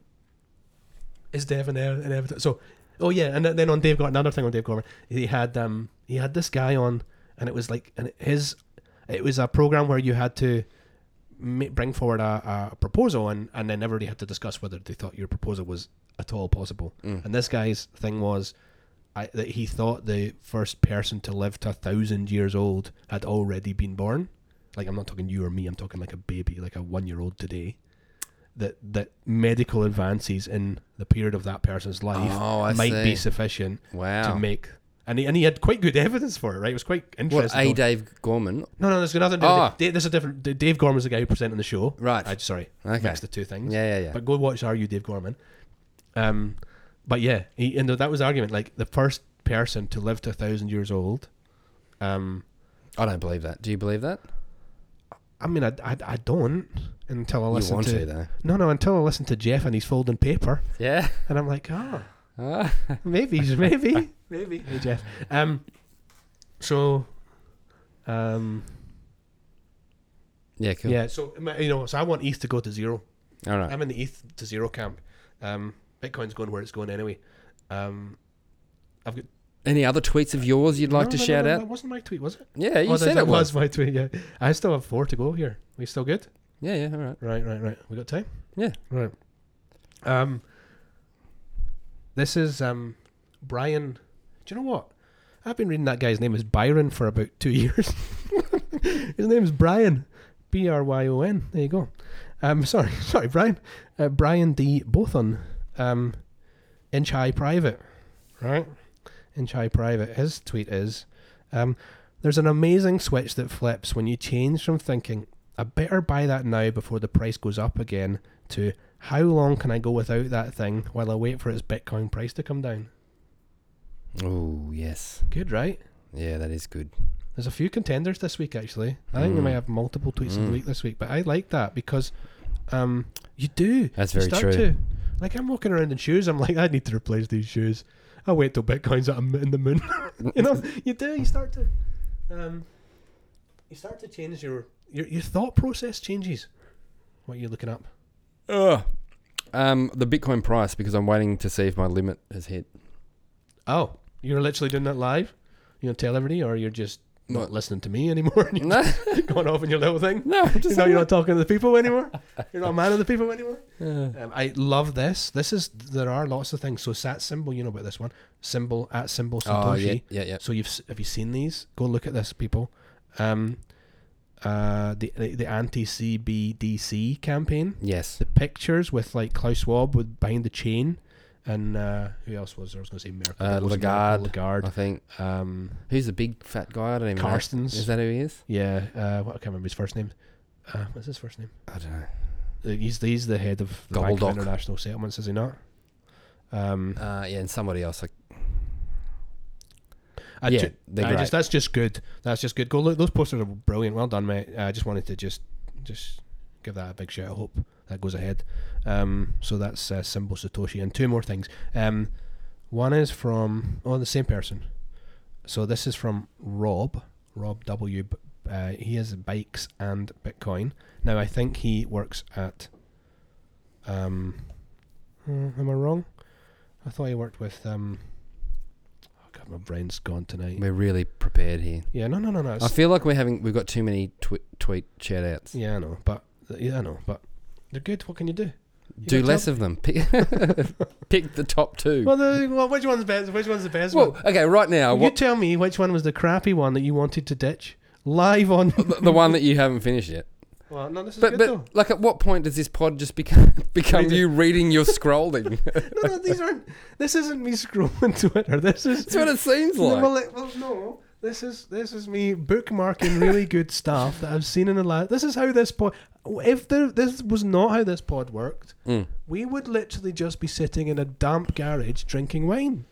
Speaker 3: is Dave an inevitable? So, oh yeah, and then on Dave got another thing on Dave Gorman. He had um he had this guy on, and it was like and his it was a program where you had to ma- bring forward a, a proposal, and and then everybody had to discuss whether they thought your proposal was at all possible.
Speaker 2: Mm.
Speaker 3: And this guy's thing was. I, that he thought the first person to live to a thousand years old had already been born. Like I'm not talking you or me. I'm talking like a baby, like a one year old today that that medical advances in the period of that person's life
Speaker 2: Oh, I
Speaker 3: might
Speaker 2: see.
Speaker 3: be sufficient
Speaker 2: Wow.
Speaker 3: to make. And he, and he had quite good evidence for it, right? It was quite
Speaker 2: What?
Speaker 3: interesting.
Speaker 2: A Dave Gorman.
Speaker 3: no, no, there's another.
Speaker 2: Ah.
Speaker 3: Dave, there's a different. Dave Gorman's the guy who presented the show.
Speaker 2: Right.
Speaker 3: I, sorry.
Speaker 2: Okay.
Speaker 3: Mixed the two things.
Speaker 2: Yeah, yeah, yeah.
Speaker 3: But go watch Are You Dave Gorman. Um, but yeah, he, and that was the argument. Like the first person to live to a thousand years old. Um,
Speaker 2: I don't believe that. Do you believe that?
Speaker 3: I mean, I, I, I don't until I listen
Speaker 2: want
Speaker 3: to,
Speaker 2: to, though.
Speaker 3: no no until I listen to Jeff and he's folding paper
Speaker 2: Yeah. [LAUGHS]
Speaker 3: and I'm like ah
Speaker 2: Ah. [LAUGHS]
Speaker 3: maybe maybe maybe hey Jeff um so um
Speaker 2: yeah, cool.
Speaker 3: yeah so my- you know so I want ETH to go to zero
Speaker 2: All right.
Speaker 3: I'm in the ETH to zero camp um Bitcoin's going where it's going anyway um I've got
Speaker 2: Any other tweets of yours you'd like
Speaker 3: No,
Speaker 2: to
Speaker 3: no, no,
Speaker 2: shout
Speaker 3: no,
Speaker 2: out?
Speaker 3: that wasn't my tweet was it
Speaker 2: Yeah, you
Speaker 3: Oh, that-
Speaker 2: said
Speaker 3: that
Speaker 2: it was.
Speaker 3: my tweet yeah I still have four to go here we still good
Speaker 2: Yeah, yeah, all right.
Speaker 3: Right, right, right. We got time.
Speaker 2: Yeah.
Speaker 3: Right. Um. This is um, Brian. Do you know what? I've been reading that guy's name is Byron for about two [LAUGHS] years. His name is Brian, B R Y O N. There you go. Um, sorry, [LAUGHS] sorry, Brian. Uh, Brian D. Bothon, um, inch high private. Right, inch high private. His tweet is, um, "There's an amazing switch that flips when you change from thinking I better buy that now before the price goes up again to how long can I go without that thing while I wait for its Bitcoin price to come down?
Speaker 2: Oh, yes.
Speaker 3: Good, right?
Speaker 2: Yeah, that is good.
Speaker 3: There's a few contenders this week actually. I think we
Speaker 2: Mm.
Speaker 3: might have multiple tweets of the
Speaker 2: Mm.
Speaker 3: week this week, but I like that because um you do.
Speaker 2: That's
Speaker 3: You
Speaker 2: very
Speaker 3: start
Speaker 2: true.
Speaker 3: to. Like I'm walking around in shoes, I'm like, I need to replace these shoes. I'll wait till Bitcoin's at a m in the moon. [LAUGHS]
Speaker 2: [LAUGHS]
Speaker 3: you know, you do, you start to um you start to change your your, your thought process changes what you're looking up.
Speaker 2: Ugh. Um, the Bitcoin price because I'm waiting to see if my limit has hit.
Speaker 3: Oh, you're literally doing that live? You don't tell everybody, or you're just not
Speaker 2: What?
Speaker 3: listening to me anymore [LAUGHS]
Speaker 2: [LAUGHS]
Speaker 3: and
Speaker 2: No,
Speaker 3: you're going off in your little thing?
Speaker 2: no, I'm
Speaker 3: You
Speaker 2: just
Speaker 3: know,
Speaker 2: saying
Speaker 3: you're not talking to the
Speaker 2: [LAUGHS]
Speaker 3: people anymore? You're not a man of the people anymore?
Speaker 2: that.
Speaker 3: Um, I love this. This is, there are lots of things. So, Sat Symbol, you know about this one. Symbol at Symbol Satoshi.
Speaker 2: oh, yeah, yeah, yeah.
Speaker 3: So you've s- have you seen these? Go look at this, people. Um, uh, the the, the anti CBDC campaign.
Speaker 2: Yes.
Speaker 3: The pictures with like Klaus Schwab with behind the chain, and uh, who else was there? I was going to say Merkel.
Speaker 2: Uh,
Speaker 3: It wasn't
Speaker 2: Lagarde. Uh.
Speaker 3: Merkel, Lagarde.
Speaker 2: I think.
Speaker 3: Um,
Speaker 2: Who's the big fat guy? I don't even know. Is
Speaker 3: Carstens.
Speaker 2: that who he is?
Speaker 3: Yeah. Uh, what, I can't remember his first name. Uh, what's his first name?
Speaker 2: I don't know.
Speaker 3: Uh, He's he's the head of the Bank of
Speaker 2: Golddock.
Speaker 3: International Settlements, is he not? Um,
Speaker 2: Uh, yeah, and somebody else. Like,
Speaker 3: I
Speaker 2: yeah,
Speaker 3: ju-
Speaker 2: they're
Speaker 3: I
Speaker 2: great.
Speaker 3: just that's just good. That's just good. Go look. Those posters are brilliant. Well done, mate. I just wanted to just just give that a big shout. I hope that goes ahead. Um, so that's uh, Symbol Satoshi and two more things. Um, one is from oh the same person. So this is from Rob Rob W. B- Uh, he has bikes and Bitcoin. Now I think he works at. Um, hmm, am I wrong? I thought he worked with. Um, oh God, my brain's gone tonight.
Speaker 2: we're really prepared here.
Speaker 3: Yeah, no, no, no, no.
Speaker 2: I
Speaker 3: it's-
Speaker 2: feel like we're having we've got too many twi- tweet shout outs.
Speaker 3: yeah, I know, but yeah, I know, but they're good. What can you do? You
Speaker 2: Do
Speaker 3: got
Speaker 2: less of them. Pick, [LAUGHS] pick the top two.
Speaker 3: Well, the, well, which one's best? Which one's the best
Speaker 2: Well,
Speaker 3: one?
Speaker 2: okay, right now,
Speaker 3: you
Speaker 2: what,
Speaker 3: tell me which one was the crappy one that you wanted to ditch live
Speaker 2: [LAUGHS]
Speaker 3: on.
Speaker 2: the the one that you haven't finished yet.
Speaker 3: well, no, this is
Speaker 2: But
Speaker 3: good
Speaker 2: but like, at what point does this pod just become [LAUGHS] become
Speaker 3: Read it.
Speaker 2: you reading your [LAUGHS] scrolling?
Speaker 3: though. No, no, these aren't. This isn't me [LAUGHS] scrolling Twitter. This is.
Speaker 2: That's what it seems
Speaker 3: No,
Speaker 2: like.
Speaker 3: well, it- well, no. This is this is me bookmarking really good [LAUGHS] stuff that I've seen in the last. This is how this pod. If there, this was not how this pod worked,
Speaker 2: Mm.
Speaker 3: we would literally just be sitting in a damp garage drinking wine.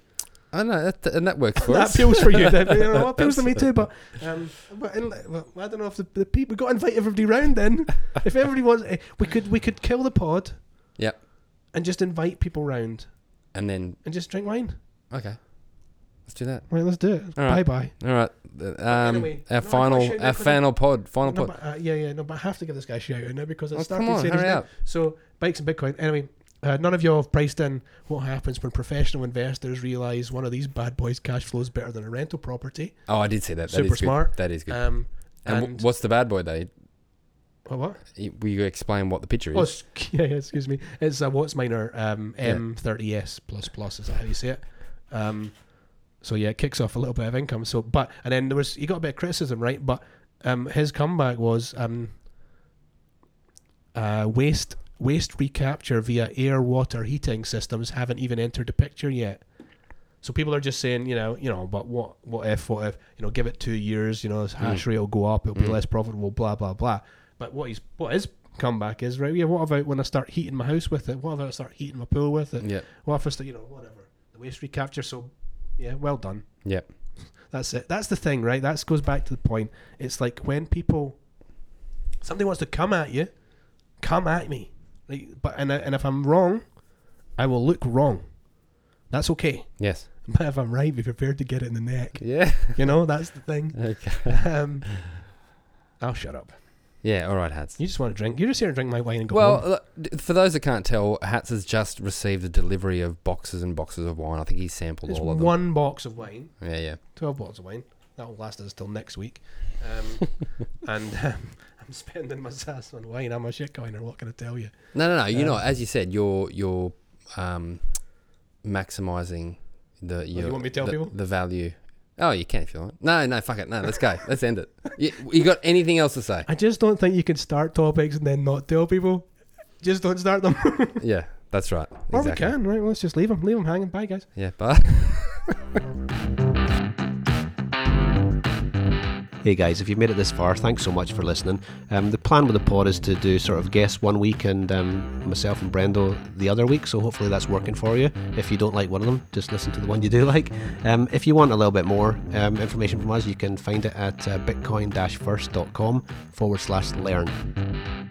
Speaker 2: I know, that, and that works for
Speaker 3: that
Speaker 2: us.
Speaker 3: appeals for you. That you know, appeals to me too. But, um, but in, well, I don't know if the, the people we got to invite everybody round. Then, if everybody wants, eh, we could we could kill the pod.
Speaker 2: [LAUGHS] Yep.
Speaker 3: And just invite people round
Speaker 2: And then,
Speaker 3: and just drink wine.
Speaker 2: okay, let's do that.
Speaker 3: Right, let's do it.
Speaker 2: All
Speaker 3: Bye
Speaker 2: right.
Speaker 3: bye.
Speaker 2: All right, th- um,
Speaker 3: anyway,
Speaker 2: our
Speaker 3: no, I
Speaker 2: final,
Speaker 3: appreciate
Speaker 2: our
Speaker 3: that.
Speaker 2: final pod, final
Speaker 3: No,
Speaker 2: pod.
Speaker 3: but, uh, yeah, yeah, no, but I have to give this guy a shout out now because I
Speaker 2: Oh,
Speaker 3: started
Speaker 2: come on,
Speaker 3: saying his
Speaker 2: hurry
Speaker 3: name.
Speaker 2: up.
Speaker 3: So bikes and Bitcoin. Anyway, uh, none of you have priced in what happens when professional investors realize one of these bad boys' cash flows better than a rental property.
Speaker 2: Oh, I did see that. That is
Speaker 3: Super
Speaker 2: good.
Speaker 3: smart.
Speaker 2: That is good.
Speaker 3: Um,
Speaker 2: and
Speaker 3: and,
Speaker 2: w- what's the bad boy though?
Speaker 3: what? what?
Speaker 2: Y- Will you explain what the picture is?
Speaker 3: Oh, sc- [LAUGHS] yeah, yeah, excuse me. It's a Watts Minor um, M30S plus plus. Is that how you say it? Um, so yeah, it kicks off a little bit of income. So, but and then there was he got a bit of criticism, right? But um, his comeback was um, uh, waste waste recapture via air water heating systems haven't even entered the picture yet. So people are just saying, you know, you know, but what, what if, what if, you know, give it two years, you know, this hash rate will go up, it'll be less profitable, blah blah blah. But what he's, what his comeback is, right? Yeah, what about when I start heating my house with it? What about I start heating my pool with it?
Speaker 2: Yeah.
Speaker 3: What if I start, you know, whatever the waste recapture? So, yeah, well done.
Speaker 2: Yep.
Speaker 3: That's it. That's the thing, right? That goes back to the point. It's like when people somebody wants to come at you, come at me. Like, but and I- and if I'm wrong, I will look wrong. That's okay. [LAUGHS]
Speaker 2: Yes.
Speaker 3: But if I'm right, be prepared to get it in the neck.
Speaker 2: [LAUGHS] Yeah.
Speaker 3: You know, that's
Speaker 2: [LAUGHS]
Speaker 3: the thing.
Speaker 2: okay.
Speaker 3: Um, I'll shut up.
Speaker 2: Yeah. All right, Hats.
Speaker 3: You just want to drink. You're just here to drink my wine and go
Speaker 2: Well, uh,
Speaker 3: home.
Speaker 2: look, d- for those that can't tell, Hats has just received a delivery of boxes and boxes of wine. I think he sampled
Speaker 3: It's
Speaker 2: all of them.
Speaker 3: one box of wine,
Speaker 2: Yeah, yeah.
Speaker 3: twelve bottles of wine. That will last us till next week.
Speaker 2: [LAUGHS]
Speaker 3: Um, and [LAUGHS] um, I'm spending my sass on wine. I'm a shit coiner. What can I tell you?
Speaker 2: No, no, no. You
Speaker 3: Uh,
Speaker 2: know, as you said, you're you're um, maximizing the your,
Speaker 3: Oh, want me to tell
Speaker 2: the,
Speaker 3: people?
Speaker 2: the value. Oh, you can if you want. No, no, fuck it. No, let's go. let's end it. You, you got anything else to say?
Speaker 3: I just don't think you can start topics and then not tell people. Just don't start them. [LAUGHS]
Speaker 2: Yeah, that's right.
Speaker 3: or we can, right? Let's just leave them. Leave them hanging. Bye, guys.
Speaker 2: Yeah, [LAUGHS] but.
Speaker 3: Hey guys, if you've made it this far, thanks so much for listening. Um, the plan with the pod is to do sort of guests one week and um, myself and Brendo the other week, so hopefully that's working for you. If you don't like one of them, just listen to the one you do [LAUGHS] like. Um, if you want a little bit more um, information from us, you can find it at uh, bitcoin-first.com forward slash learn.